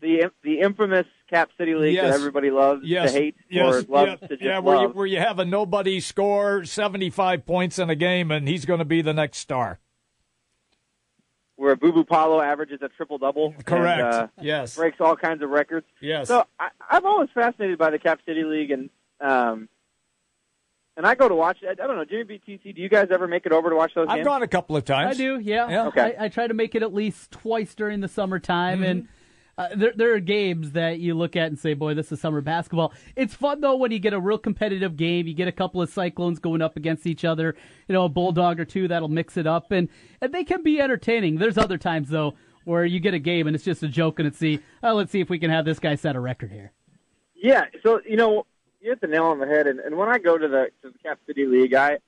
S12: The the infamous Cap City League that
S2: Yes.
S12: everybody loves
S2: Yes,
S12: to hate
S2: yes,
S12: or loves to
S2: yeah,
S12: just
S2: yeah, where you
S12: love.
S2: where you have a nobody score seventy five points in a game, and he's going to be the next star.
S12: where Boo Boo Paulo averages a triple double.
S2: Correct.
S12: And, uh,
S2: Yes.
S12: Breaks all kinds of records.
S2: Yes.
S12: So I, I'm always fascinated by the Cap City League, and um, and I go to watch. I, I don't know, Jimmy BTC. Do you guys ever make it over to watch those?
S2: I've
S12: games?
S2: gone a couple of times.
S12: I do,
S3: Yeah,
S12: Okay.
S3: I, I try to make it at least twice during the summertime, and uh, there there are games that you look at and say, "Boy, this is summer basketball." It's fun though when you get a real competitive game. You get a couple of Cyclones going up against each other, you know, a Bulldog or two that'll mix it up, and and they can be entertaining. There's other times though where you get a game and it's just a joke, and it's see, oh, let's see if we can have this guy set a record here.
S12: Yeah, so you know, you hit the nail on the head. And, and when I go to the to the Cap City League, I,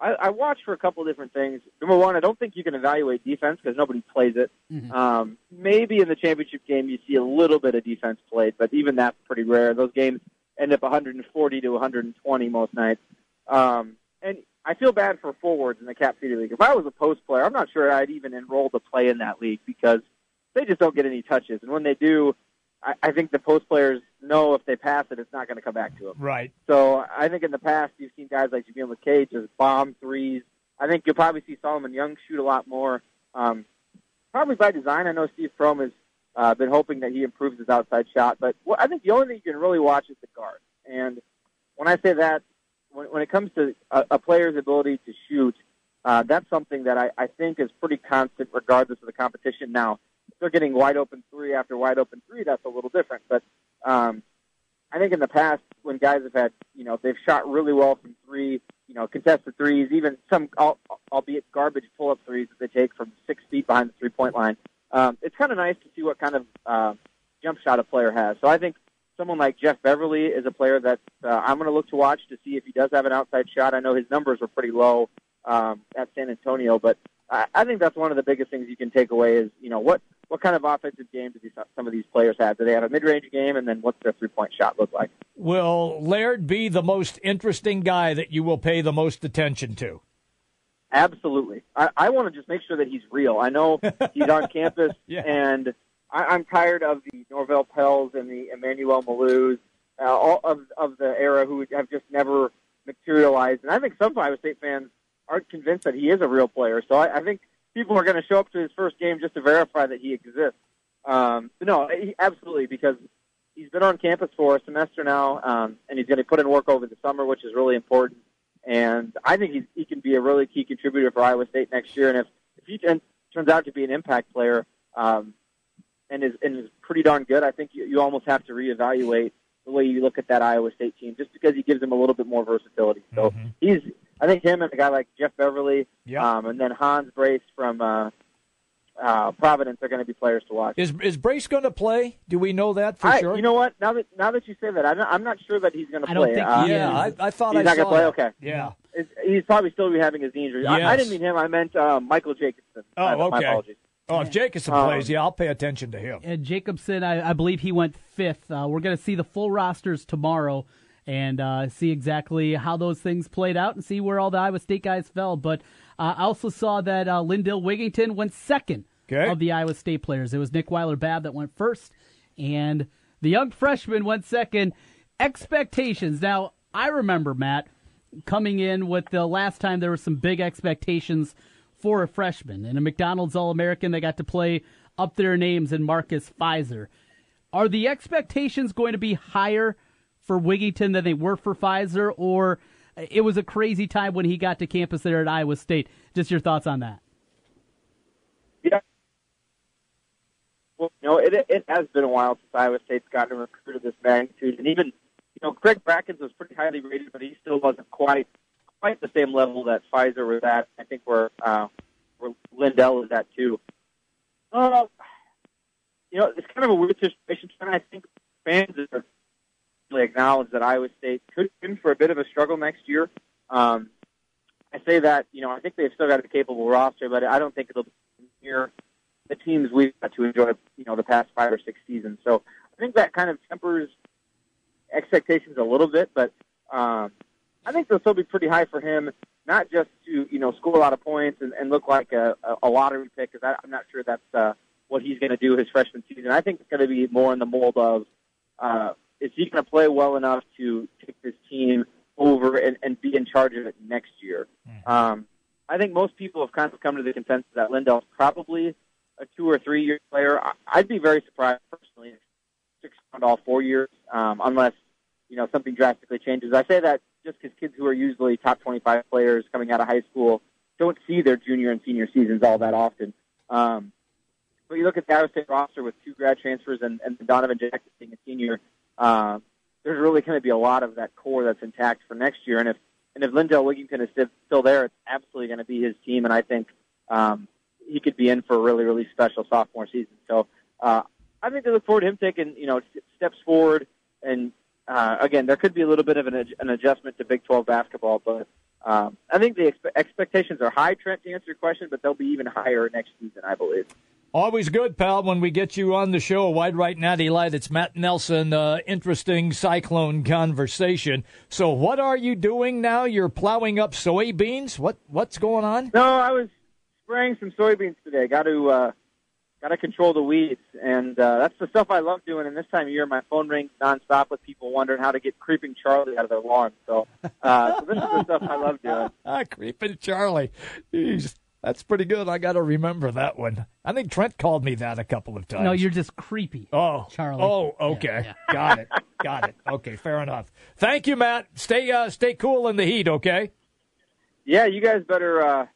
S12: I I watch for a couple different things. Number one, I don't think you can evaluate defense because nobody plays it. Um, maybe in the championship game you see a little bit of defense played, but even that's pretty rare. Those games end up 140 to 120 most nights. Um, and I feel bad for forwards in the Cap City League. If I was a post player, I'm not sure I'd even enroll to play in that league because they just don't get any touches. And when they do, I, I think the post players know if they pass it, it's not going to come back to them.
S2: Right.
S12: So I think in the past you've seen guys like Javion McKay just bomb threes. I think you'll probably see Solomon Young shoot a lot more. Um, probably by design. I know Steve Prohm has uh, been hoping that he improves his outside shot, but well, I think the only thing you can really watch is the guard. And when I say that, when, when it comes to a, a player's ability to shoot, uh, that's something that I, I think is pretty constant regardless of the competition. Now, if they're getting wide open three after wide open three, that's a little different. But um, I think in the past, when guys have had, you know, they've shot really well from three, you know, contested threes, even some, al- albeit garbage pull up threes that they take from six feet behind the three point line. Um, it's kind of nice to see what kind of uh, jump shot a player has. So I think someone like Jeff Beverly is a player that uh, I'm going to look to watch to see if he does have an outside shot. I know his numbers were pretty low um, at San Antonio, but I, I think that's one of the biggest things you can take away is you know what what kind of offensive game do these, some of these players have? Do they have a mid range game, and then what's their three point shot look like?
S2: Will Laird be the most interesting guy that you will pay the most attention to?
S12: Absolutely. I, I want to just make sure that he's real. I know he's on campus, and I, I'm tired of the Norvell Pels and the Emmanuel Malouz, uh, all of, of the era who have just never materialized. And I think some Iowa State fans aren't convinced that he is a real player. So I, I think people are going to show up to his first game just to verify that he exists. Um, but no, he, absolutely, because he's been on campus for a semester now, um, and he's going to put in work over the summer, which is really important. And I think he's, he can be a really key contributor for Iowa State next year. And if, if he turn, turns out to be an impact player um, and, is, and is pretty darn good, I think you, you almost have to reevaluate the way you look at that Iowa State team just because he gives them a little bit more versatility. So he's, I think him and a guy like Jeff Beverly um, and then Hans Brace from uh, uh, Providence are going to be players to watch.
S2: Is is Brace going to play? Do we know that for
S12: I,
S2: sure?
S12: You know what? Now that now that you say that, I'm not, I'm not sure that he's going to
S2: I
S12: play.
S2: don't think
S12: Uh,
S2: he is. Yeah, I- I thought
S12: he's
S2: I
S12: not
S2: saw
S12: gonna play.
S2: that.
S12: Okay, Mm-hmm.
S2: Yeah.
S12: It's, he's probably still rehabbing his knee injury. I, I
S2: Yes.
S12: didn't mean him. I meant um, Michael Jacobson. My-
S2: oh,
S12: My
S2: okay.
S12: apologies.
S2: oh, if Jacobson
S12: Um,
S2: plays, yeah, I'll pay attention to him.
S3: And Jacobson, I, I believe he went fifth. Uh, we're going to see the full rosters tomorrow and uh, see exactly how those things played out and see where all the Iowa State guys fell. But uh, I also saw that uh, Lindell Wigington went second
S2: Okay.
S3: of the Iowa State players. It was Nick Weiler Babb that went first, and the young freshman went second. Expectations. Now, I remember, Matt, coming in with the last time there were some big expectations for a freshman and a McDonald's All American. They got to play up their names in Marcus Pfizer. Are the expectations going to be higher for Wigington than they were for Pfizer, or it was a crazy time when he got to campus there at Iowa State? Just your thoughts on that.
S12: Well, you know, it, it has been a while since Iowa State's gotten a recruit of this magnitude, and even you know, Craig Brackens was pretty highly rated, but he still wasn't quite quite the same level that Pfizer was at. I think where uh, where Lindell is at too. Uh, you know, it's kind of a weird situation, and I think fans are really acknowledge that Iowa State could be in for a bit of a struggle next year. Um, I say that, you know, I think they've still got a capable roster, but I don't think it'll be near the teams we've got to enjoy, you know, the past five or six seasons. So I think that kind of tempers expectations a little bit, but um, I think they'll still be pretty high for him, not just to, you know, score a lot of points and, and look like a, a- a lottery pick, because I'm not sure that's uh, what he's going to do his freshman season. I think it's going to be more in the mold of, uh, is he going to play well enough to take this team over and, and be in charge of it next year? Um, I think most people have kind of come to the consensus that Lindell's probably a two or three year player. I, I'd be very surprised personally if six around all four years, um, unless you know something drastically changes. I say that just because kids who are usually top twenty five players coming out of high school don't see their junior and senior seasons all that often. Um, but you look at the Iowa State roster with two grad transfers and, and Donovan Jackson being a senior. Uh, there's really going to be a lot of that core that's intact for next year. And if and if Lindell Wigington is sti- still there, it's absolutely going to be his team. And I think um, he could be in for a really really special sophomore season. So uh, I think they look forward to him taking you know s- steps forward. And uh, again, there could be a little bit of an, ad- an adjustment to Big 12 basketball, but um, I think the expe- expectations are high, Trent, to answer your question, but they'll be even higher next season, I believe.
S2: Always good, pal, when we get you on the show. Wide right natty light. It's Matt Nelson. Uh, interesting cyclone conversation. So, what are you doing now? You're plowing up soybeans. What what's going on?
S12: No, I was spraying some soybeans today. Got to uh, got to control the weeds, and uh, that's the stuff I love doing. And this time of year, my phone rings nonstop with people wondering how to get creeping Charlie out of their lawn. So, uh, so this is the stuff I love doing.
S2: Ah, creeping Charlie. Jeez, that's pretty good. I got to remember that one. I think Trent called me that a couple of times.
S3: No, you're just creepy.
S2: Oh,
S3: Charlie.
S2: Oh, okay. Got it. Got it. Okay, fair enough. Thank you, Matt. Stay uh, stay cool in the heat, okay?
S12: Yeah, you guys better, uh,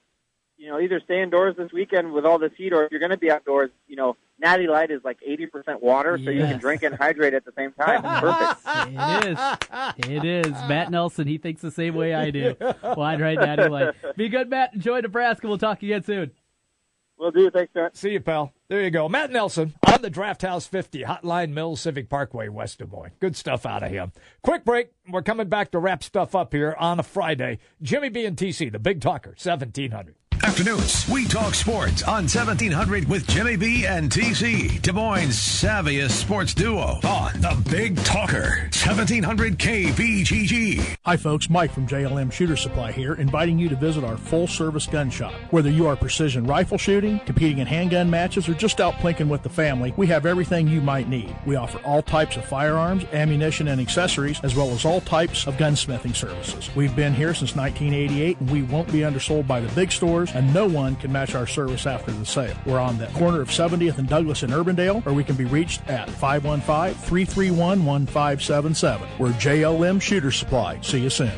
S12: you know, either stay indoors this weekend with all this heat, or if you're going to be outdoors, you know, Natty Light is like 80% water, so you
S3: Yes.
S12: can drink and hydrate at the same time. It's perfect.
S3: It is. It is. Matt Nelson, he thinks the same way I do. Wide right natty light. Be good, Matt. Enjoy Nebraska. We'll talk again soon.
S12: Will do. Thanks, Trent.
S2: See you, pal. There you go. Matt Nelson on the Draft House 50, Hotline Mills Civic Parkway, West Des Moines. Good stuff out of him. Quick break. We're coming back to wrap stuff up here on a Friday. Jimmy B and TC, the big talker, 1700.
S1: Afternoons, we talk sports on 1700 with Jimmy B and TC, Des Moines' savviest sports duo on The Big Talker, 1700 KBGG.
S13: Hi, folks. Mike from JLM Shooter Supply here, inviting you to visit our full service gun shop. Whether you are precision rifle shooting, competing in handgun matches, or just out plinking with the family, we have everything you might need. We offer all types of firearms, ammunition, and accessories, as well as all types of gunsmithing services. We've been here since 1988, and we won't be undersold by the big stores, and no one can match our service after the sale. We're on the corner of 70th and Douglas in Urbandale, or we can be reached at 515 331 1577. We're JLM Shooter Supply. See you soon.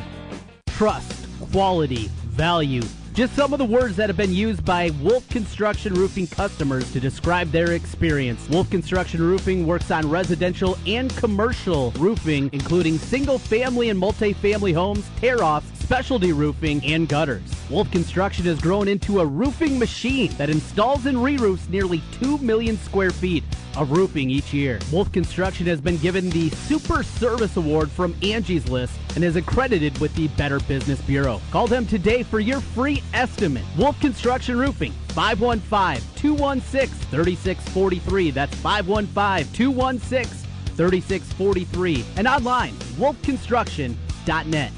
S3: trust, quality, value. Just some of the words that have been used by Wolf Construction Roofing customers to describe their experience. Wolf Construction Roofing works on residential and commercial roofing, including single family and multifamily homes, tear offs, specialty roofing, and gutters. Wolf Construction has grown into a roofing machine that installs and re roofs nearly 2 million square feet of roofing each year. Wolf Construction has been given the Super Service Award from Angie's List and is accredited with the Better Business Bureau. Call them today for your free estimate. Wolf Construction Roofing, 515-216-3643. That's 515-216-3643. And online, wolfconstruction.net.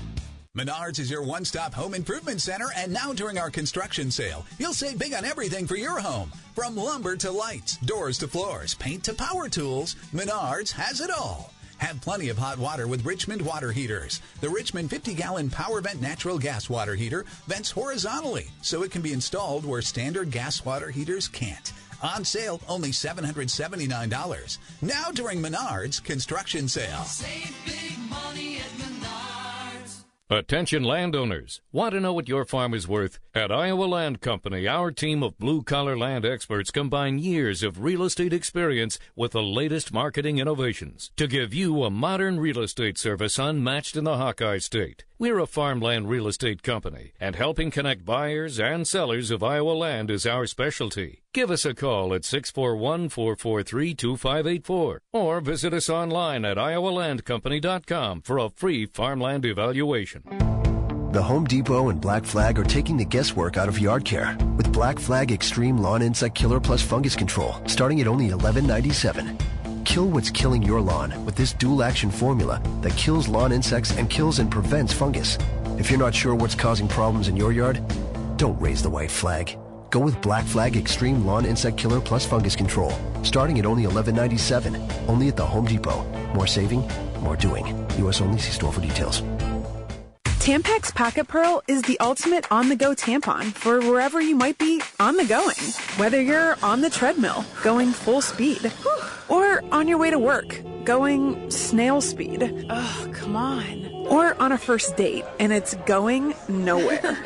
S14: Menards is your one stop home improvement center, and now during our construction sale, you'll save big on everything for your home. From lumber to lights, doors to floors, paint to power tools, Menards has it all. Have plenty of hot water with Richmond water heaters. The Richmond 50 gallon power vent natural gas water heater vents horizontally so it can be installed where standard gas water heaters can't. On sale, only $779. Now during Menards construction sale.
S6: Save big money at Menards.
S15: Attention landowners. Want to know what your farm is worth? At Iowa Land Company, our team of blue collar land experts combine years of real estate experience with the latest marketing innovations to give you a modern real estate service unmatched in the Hawkeye State. We're a farmland real estate company, and helping connect buyers and sellers of Iowa land is our specialty. Give us a call at 641 443 2584 or visit us online at iowalandcompany.com for a free farmland evaluation.
S16: The Home Depot and Black Flag are taking the guesswork out of yard care with Black Flag Extreme Lawn Insect Killer Plus Fungus Control, starting at only $11.97. Kill what's killing your lawn with this dual action formula that kills lawn insects and kills and prevents fungus. If you're not sure what's causing problems in your yard, don't raise the white flag. Go with Black Flag Extreme Lawn Insect Killer Plus Fungus Control, starting at only $11.97, only at the Home Depot. More saving, more doing. U.S. only. See store for details.
S17: Tampax Pocket Pearl is the ultimate on the go tampon for wherever you might be on the going. Whether you're on the treadmill, going full speed, or on your way to work, going snail speed. Oh, come on. Or on a first date and it's going [LAUGHS] nowhere.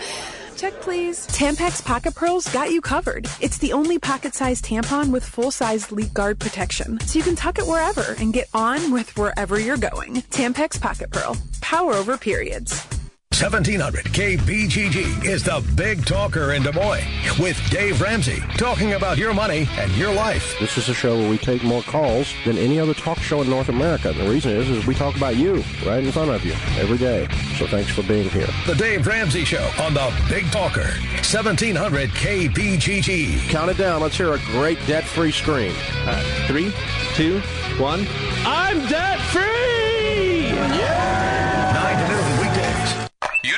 S17: Check, please. Tampax Pocket Pearls got you covered. It's the only pocket sized tampon with full sized leak guard protection, so you can tuck it wherever and get on with wherever you're going. Tampax Pocket Pearl, power over periods.
S1: 1700 KBGG is the big talker in Des Moines with Dave Ramsey talking about your money and your life.
S18: This is a show where we take more calls than any other talk show in North America. And the reason is, is we talk about you right in front of you every day. So thanks for being here.
S1: The Dave Ramsey Show on the Big Talker, 1700 KBGG.
S18: Count it down. Let's hear a great debt-free scream. All right, three, two, one.
S1: I'm debt free! Yeah! 9 to noon weekdays.
S19: You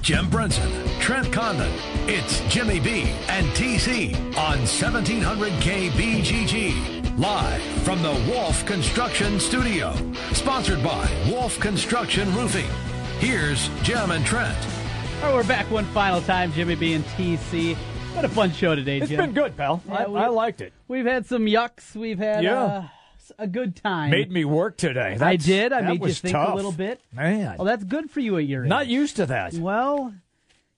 S1: Jim Brunson, Trent Condon. It's Jimmy B and TC on 1700 KBGG. Live from the Wolf Construction Studio. Sponsored by Wolf Construction Roofing. Here's Jim and Trent.
S3: All right, we're back one final time, Jimmy B and TC. What a fun show today,
S2: It's
S3: Jim.
S2: been good, pal. I- I liked it.
S3: We've had some yucks. We've had
S2: Yeah.
S3: uh, s- a good time.
S2: Made me work today.
S3: I
S2: That's-
S3: did. I
S2: that
S3: made you
S2: was
S3: think
S2: tough.
S3: a little bit.
S2: Man.
S3: Well, that's good for you at your Not
S2: used to that.
S3: Well,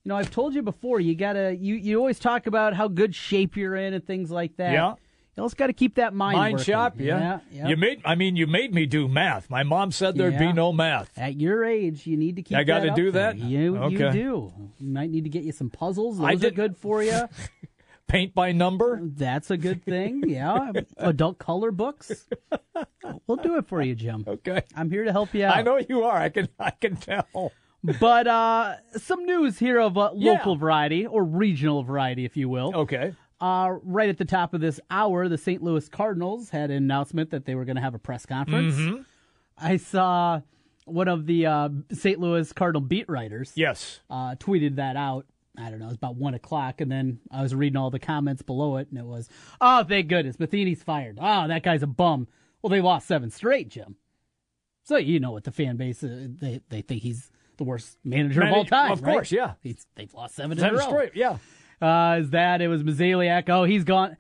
S3: you know, I've told you before. You gotta. You you always talk about how good shape you're in and things like that.
S2: Yeah.
S3: You also got to keep that mind.
S2: Mind
S3: working.
S2: shop, yeah.
S3: yeah.
S2: You made I mean you made me do math. My mom said there'd
S3: Yeah.
S2: be no math.
S3: At your age, you need to keep.
S2: I gotta
S3: up
S2: do
S3: there.
S2: that?
S3: You you
S2: Okay.
S3: do. You might need to get you some puzzles. Those
S2: I
S3: are
S2: did-
S3: good for you.
S2: Paint by number.
S3: That's a good thing.
S2: [LAUGHS]
S3: Yeah. Adult color books. We'll do it for you, Jim.
S2: Okay.
S3: I'm here to help you out.
S2: I know you are. I can I can tell.
S3: But uh, some news here of uh,
S2: Yeah. Oh.
S3: local variety or regional variety, if you will.
S2: Okay.
S3: Uh, right at the top of this hour, the St. Louis Cardinals had an announcement that they were going to have a press conference.
S2: Mhm.
S3: I saw one of the uh, St. Louis Cardinal beat writers.
S2: Yes.
S3: Uh, tweeted that out. I don't know. It was about one o'clock, and then I was reading all the comments below it, and it was, "Oh, thank goodness, Matheny's fired. Oh, that guy's a bum." Well, they lost seven straight, Jim. So you know what the fan base uh, they they think he's the worst manager of all
S2: Manage-
S3: time.
S2: Of
S3: right?
S2: course, yeah.
S3: He's, they've lost seven in
S2: Seven
S3: a row.
S2: straight, yeah.
S3: Uh, is that it was Mazaliak? Oh, he's gone.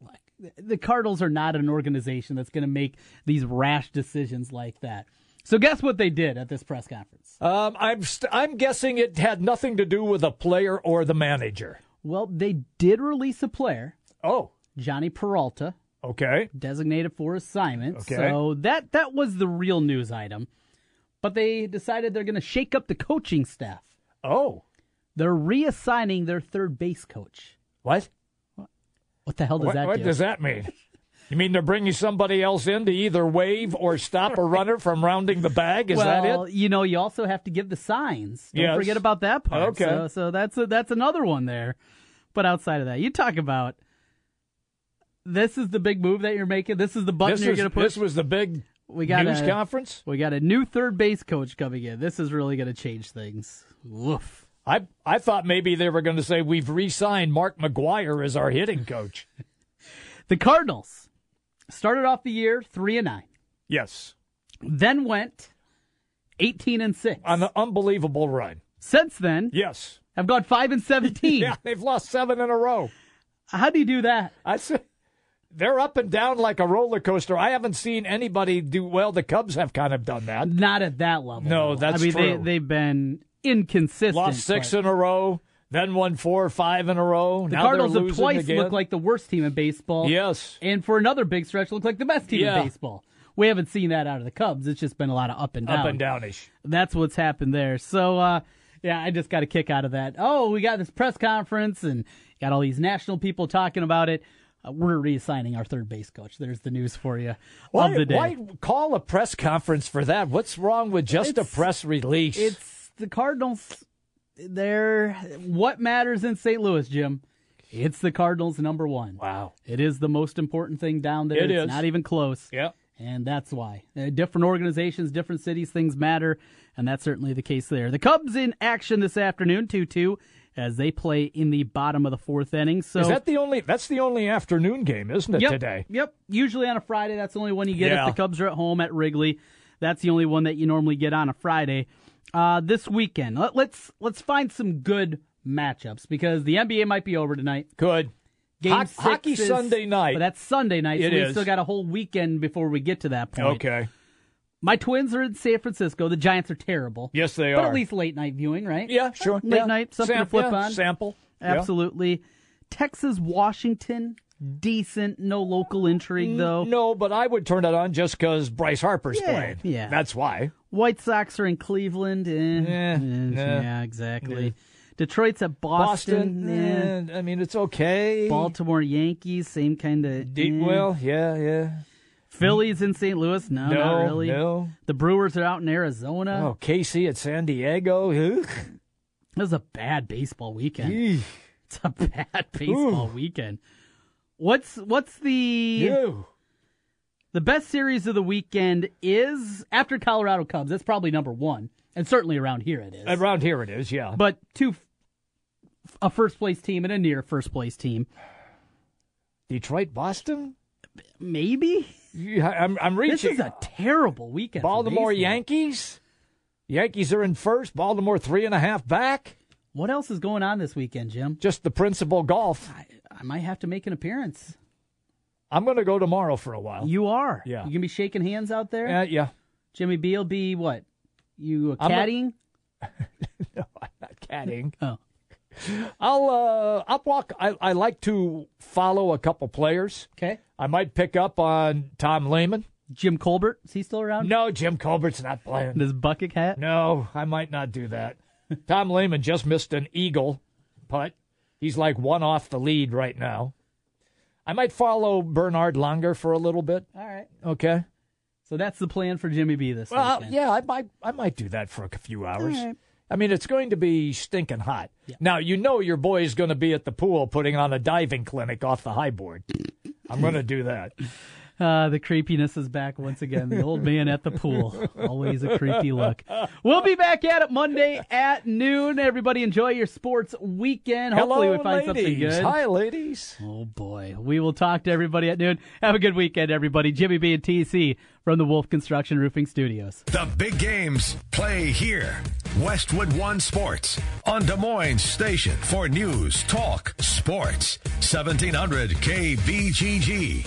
S3: Look, The Cardinals are not an organization that's going to make these rash decisions like that. So guess what they did at this press conference?
S2: Um, I'm st- I'm guessing it had nothing to do with a player or the manager.
S3: Well, they did release a player.
S2: Oh,
S3: Johnny Peralta.
S2: Okay.
S3: Designated for assignment.
S2: Okay.
S3: So that that was the real news item. But they decided they're going to shake up the coaching staff.
S2: Oh.
S3: They're reassigning their third base coach.
S2: What?
S3: What the hell does
S2: what,
S3: that
S2: what
S3: do?
S2: does that mean? You mean they're bringing somebody else in to either wave or stop a runner from rounding the bag? Is
S3: well,
S2: that it?
S3: you know, you also have to give the signs. Don't
S2: Yes.
S3: forget about that part.
S2: Okay.
S3: So, so that's a, that's another one there. But outside of that, you talk about this is the big move that you're making. This is the button
S2: This
S3: you're
S2: is-
S3: going to push.
S2: this was the big
S3: we got
S2: news
S3: a,
S2: conference?
S3: We got a new third base coach coming in. This is really going to change things. Woof.
S2: I I thought maybe they were going to say we've re-signed Mark McGuire as our hitting coach.
S3: The Cardinals started off the year three and nine.
S2: Yes.
S3: Then went eighteen and six on
S2: an unbelievable run.
S3: Since then,
S2: yes,
S3: have gone five and seventeen.
S2: [LAUGHS] yeah, they've lost seven in a row.
S3: How do you do that?
S2: I said they're up and down like a roller coaster. I haven't seen anybody do well. The Cubs have kind of done that.
S3: Not at that level.
S2: No, that's
S3: I mean,
S2: true.
S3: They, they've been inconsistent.
S2: lost six
S3: but
S2: in a row, then won four or five in a row.
S3: the
S2: now
S3: Cardinals
S2: they're
S3: have
S2: losing
S3: twice
S2: again.
S3: looked like the worst team in baseball.
S2: Yes.
S3: And for another big stretch, looked like the best team
S2: Yeah.
S3: in baseball. We haven't seen that out of the Cubs. It's just been a lot of up and down.
S2: up and downish.
S3: That's what's happened there. So, uh, yeah, I just got a kick out of that. Oh, we got this press conference and got all these national people talking about it. Uh, we're reassigning our third base coach. There's the news for you
S2: Why,
S3: of the day.
S2: why call a press conference for that? What's wrong with just a press release?
S3: It's the Cardinals. They're what matters in St. Louis, Jim. It's the Cardinals number one.
S2: Wow,
S3: it is the most important thing down there.
S2: It
S3: it's
S2: is.
S3: not even close.
S2: Yep.
S3: And that's why. Uh, different organizations, different cities, things matter. And that's certainly the case there. The Cubs in action this afternoon, 2 2, as they play in the bottom of the fourth inning. So
S2: is that the only? That's the only afternoon game, isn't it?
S3: Yep,
S2: Today.
S3: Yep. Usually on a Friday, that's the only one you get
S2: Yeah.
S3: if the Cubs are at home at Wrigley. That's the only one that you normally get on a Friday. Uh, this weekend, let, let's let's find some good matchups because the NBA might be over tonight.
S2: Good.
S3: Game
S2: Hoc-
S3: six
S2: hockey
S3: is-
S2: Sunday night.
S3: But that's Sunday night.
S2: It
S3: so
S2: is.
S3: we still got a whole weekend before we get to that point.
S2: Okay.
S3: My twins are in San Francisco. The Giants are terrible.
S2: Yes, they
S3: but
S2: are.
S3: at least late night viewing, right?
S2: Yeah, sure.
S3: Late
S2: Yeah.
S3: night, something
S2: Sam-
S3: to flip
S2: yeah,
S3: on.
S2: sample. Yeah.
S3: Absolutely. Texas, Washington, decent. No local intrigue, though.
S2: No, but I would turn it on just because Bryce Harper's
S3: Yeah,
S2: playing.
S3: yeah.
S2: that's why.
S3: White Sox are in Cleveland. Eh, eh,
S2: nah.
S3: yeah, exactly. Detroit's at Boston.
S2: Boston.
S3: eh.
S2: eh, I mean, it's okay.
S3: Baltimore Yankees, same kind of.
S2: Deep, well, yeah, yeah.
S3: Phillies in St. Louis? No,
S2: No,
S3: Oh, not really. Uh,
S2: no.
S3: The Brewers are out in Arizona.
S2: Oh, KC at San Diego. Ugh.
S3: That was a bad baseball weekend. It's a [LAUGHS] bad baseball weekend. What's what's the
S2: Ew.
S3: the best series of the weekend is after Colorado Cubs. That's probably number one, and certainly around here it is.
S2: Uh, Around here it is, yeah.
S3: But two, a first place team and a near first place team.
S2: Detroit, Boston,
S3: maybe.
S2: Yeah, I'm, I'm reaching.
S3: This is a terrible weekend. for
S2: Baltimore
S3: baseball.
S2: Yankees. Yankees are in first. Baltimore three and a half back.
S3: What else is going on this weekend, Jim?
S2: Just the principal golf.
S3: I might have to make an appearance.
S2: I'm going to go tomorrow for a while.
S3: You are.
S2: Yeah.
S3: You gonna be shaking hands out there?
S2: Uh, yeah. [LAUGHS]
S3: Jimmy B will be what? You uh,
S2: I'm a-
S3: caddying?
S2: Catting.
S3: Oh.
S2: I'll uh, I'll walk. I, I like to follow a couple players.
S3: Okay.
S2: I might pick up on Tom Lehman.
S3: Jim Colbert is he still around?
S2: No, Jim Colbert's not playing.
S3: This bucket hat.
S2: No, I might not do that. [LAUGHS] Tom Lehman just missed an eagle putt. He's like one off the lead right now. I might follow Bernard Langer for a little bit.
S3: All right.
S2: Okay.
S3: So that's the plan for Jimmy B this
S2: Well,
S3: weekend.
S2: yeah, I might I might do that for a few hours.
S3: All right.
S2: I mean, it's going to be stinking hot. Now you know your boy is going to be at the pool putting on a diving clinic off the high board. I'm going to do that.
S3: Uh, the creepiness is back once again. The old man at
S2: [LAUGHS]
S3: the pool. Always a creepy look. We'll be back at it Monday at noon. Everybody enjoy your sports weekend. Hopefully
S2: Hello,
S3: we find something
S2: ladies.
S3: good.
S2: Hi, ladies.
S3: Oh boy. We will talk to everybody at noon. Have a good weekend, everybody. Jimmy B and TC from the Wolf Construction Roofing Studios.
S1: The big games play here. Westwood One Sports on Des Moines Station for news, talk, sports. 1700 KBGG.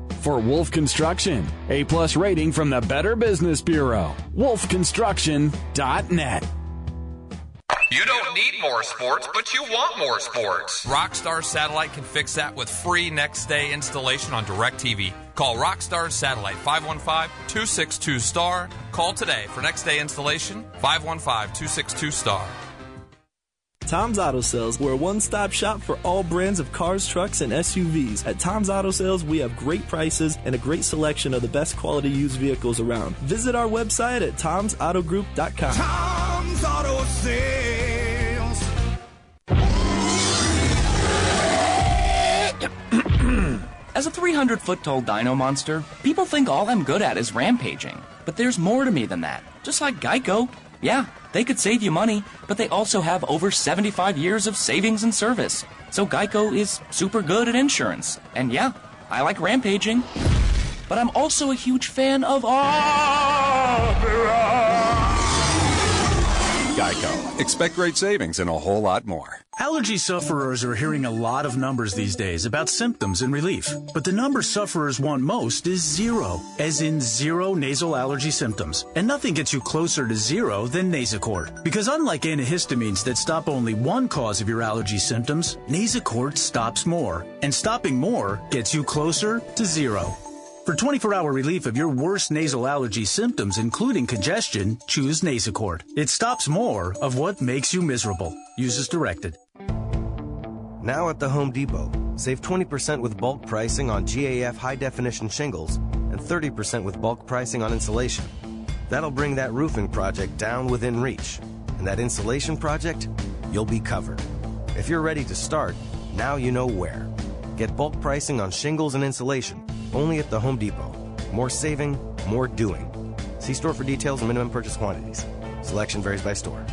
S20: for Wolf Construction. A plus rating from the Better Business Bureau. wolfconstruction.net.
S19: You don't need more sports, but you want more sports. Rockstar Satellite can fix that with free next day installation on DirecTV. Call Rockstar Satellite 515 262 STAR. Call today for next day installation 515 262 STAR.
S7: Tom's Auto Sales, we're a one stop shop for all brands of cars, trucks, and SUVs. At Tom's Auto Sales, we have great prices and a great selection of the best quality used vehicles around. Visit our website at tomsautogroup.com.
S6: Tom's Auto Sales.
S21: As a 300 foot tall dino monster, people think all I'm good at is rampaging. But there's more to me than that. Just like Geico. Yeah, they could save you money, but they also have over 75 years of savings and service. So Geico is super good at insurance. And yeah, I like rampaging. But I'm also a huge fan of opera.
S22: Geico. Expect great savings and a whole lot more.
S23: Allergy sufferers are hearing a lot of numbers these days about symptoms and relief, but the number sufferers want most is zero, as in zero nasal allergy symptoms. And nothing gets you closer to zero than Nasacort. Because unlike antihistamines that stop only one cause of your allergy symptoms, Nasacort stops more. And stopping more gets you closer to zero. For 24 hour relief of your worst nasal allergy symptoms, including congestion, choose Nasacort. It stops more of what makes you miserable. Use as directed.
S24: Now at the Home Depot, save 20% with bulk pricing on GAF high definition shingles and 30% with bulk pricing on insulation. That'll bring that roofing project down within reach. And that insulation project, you'll be covered. If you're ready to start, now you know where. Get bulk pricing on shingles and insulation only at the Home Depot. More saving, more doing. See store for details and minimum purchase quantities. Selection varies by store.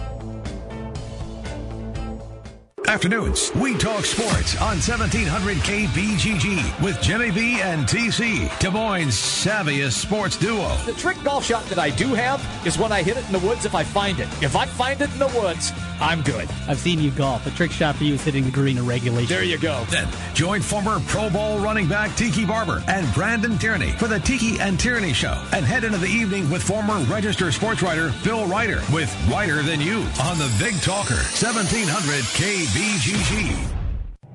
S1: Afternoons, we talk sports on 1700 KBGG with Jimmy B and TC, Des Moines' savviest sports duo.
S25: The trick golf shot that I do have is when I hit it in the woods if I find it. If I find it in the woods, I'm good.
S3: I've seen you golf. A trick shot for you is hitting the green in regulation.
S25: There you go.
S1: Then join former Pro Bowl running back Tiki Barber and Brandon Tierney for the Tiki and Tierney Show and head into the evening with former Register sports writer Bill Ryder with Ryder Than You on the Big Talker 1700 KBGG.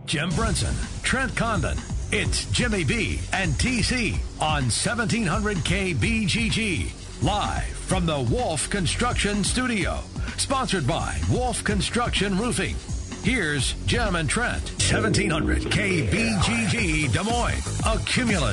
S1: Jim Brunson, Trent Condon, it's Jimmy B and TC on 1700 KBGG. Live from the Wolf Construction Studio. Sponsored by Wolf Construction Roofing. Here's Jim and Trent, 1700 KBGG Des Moines, a cumulus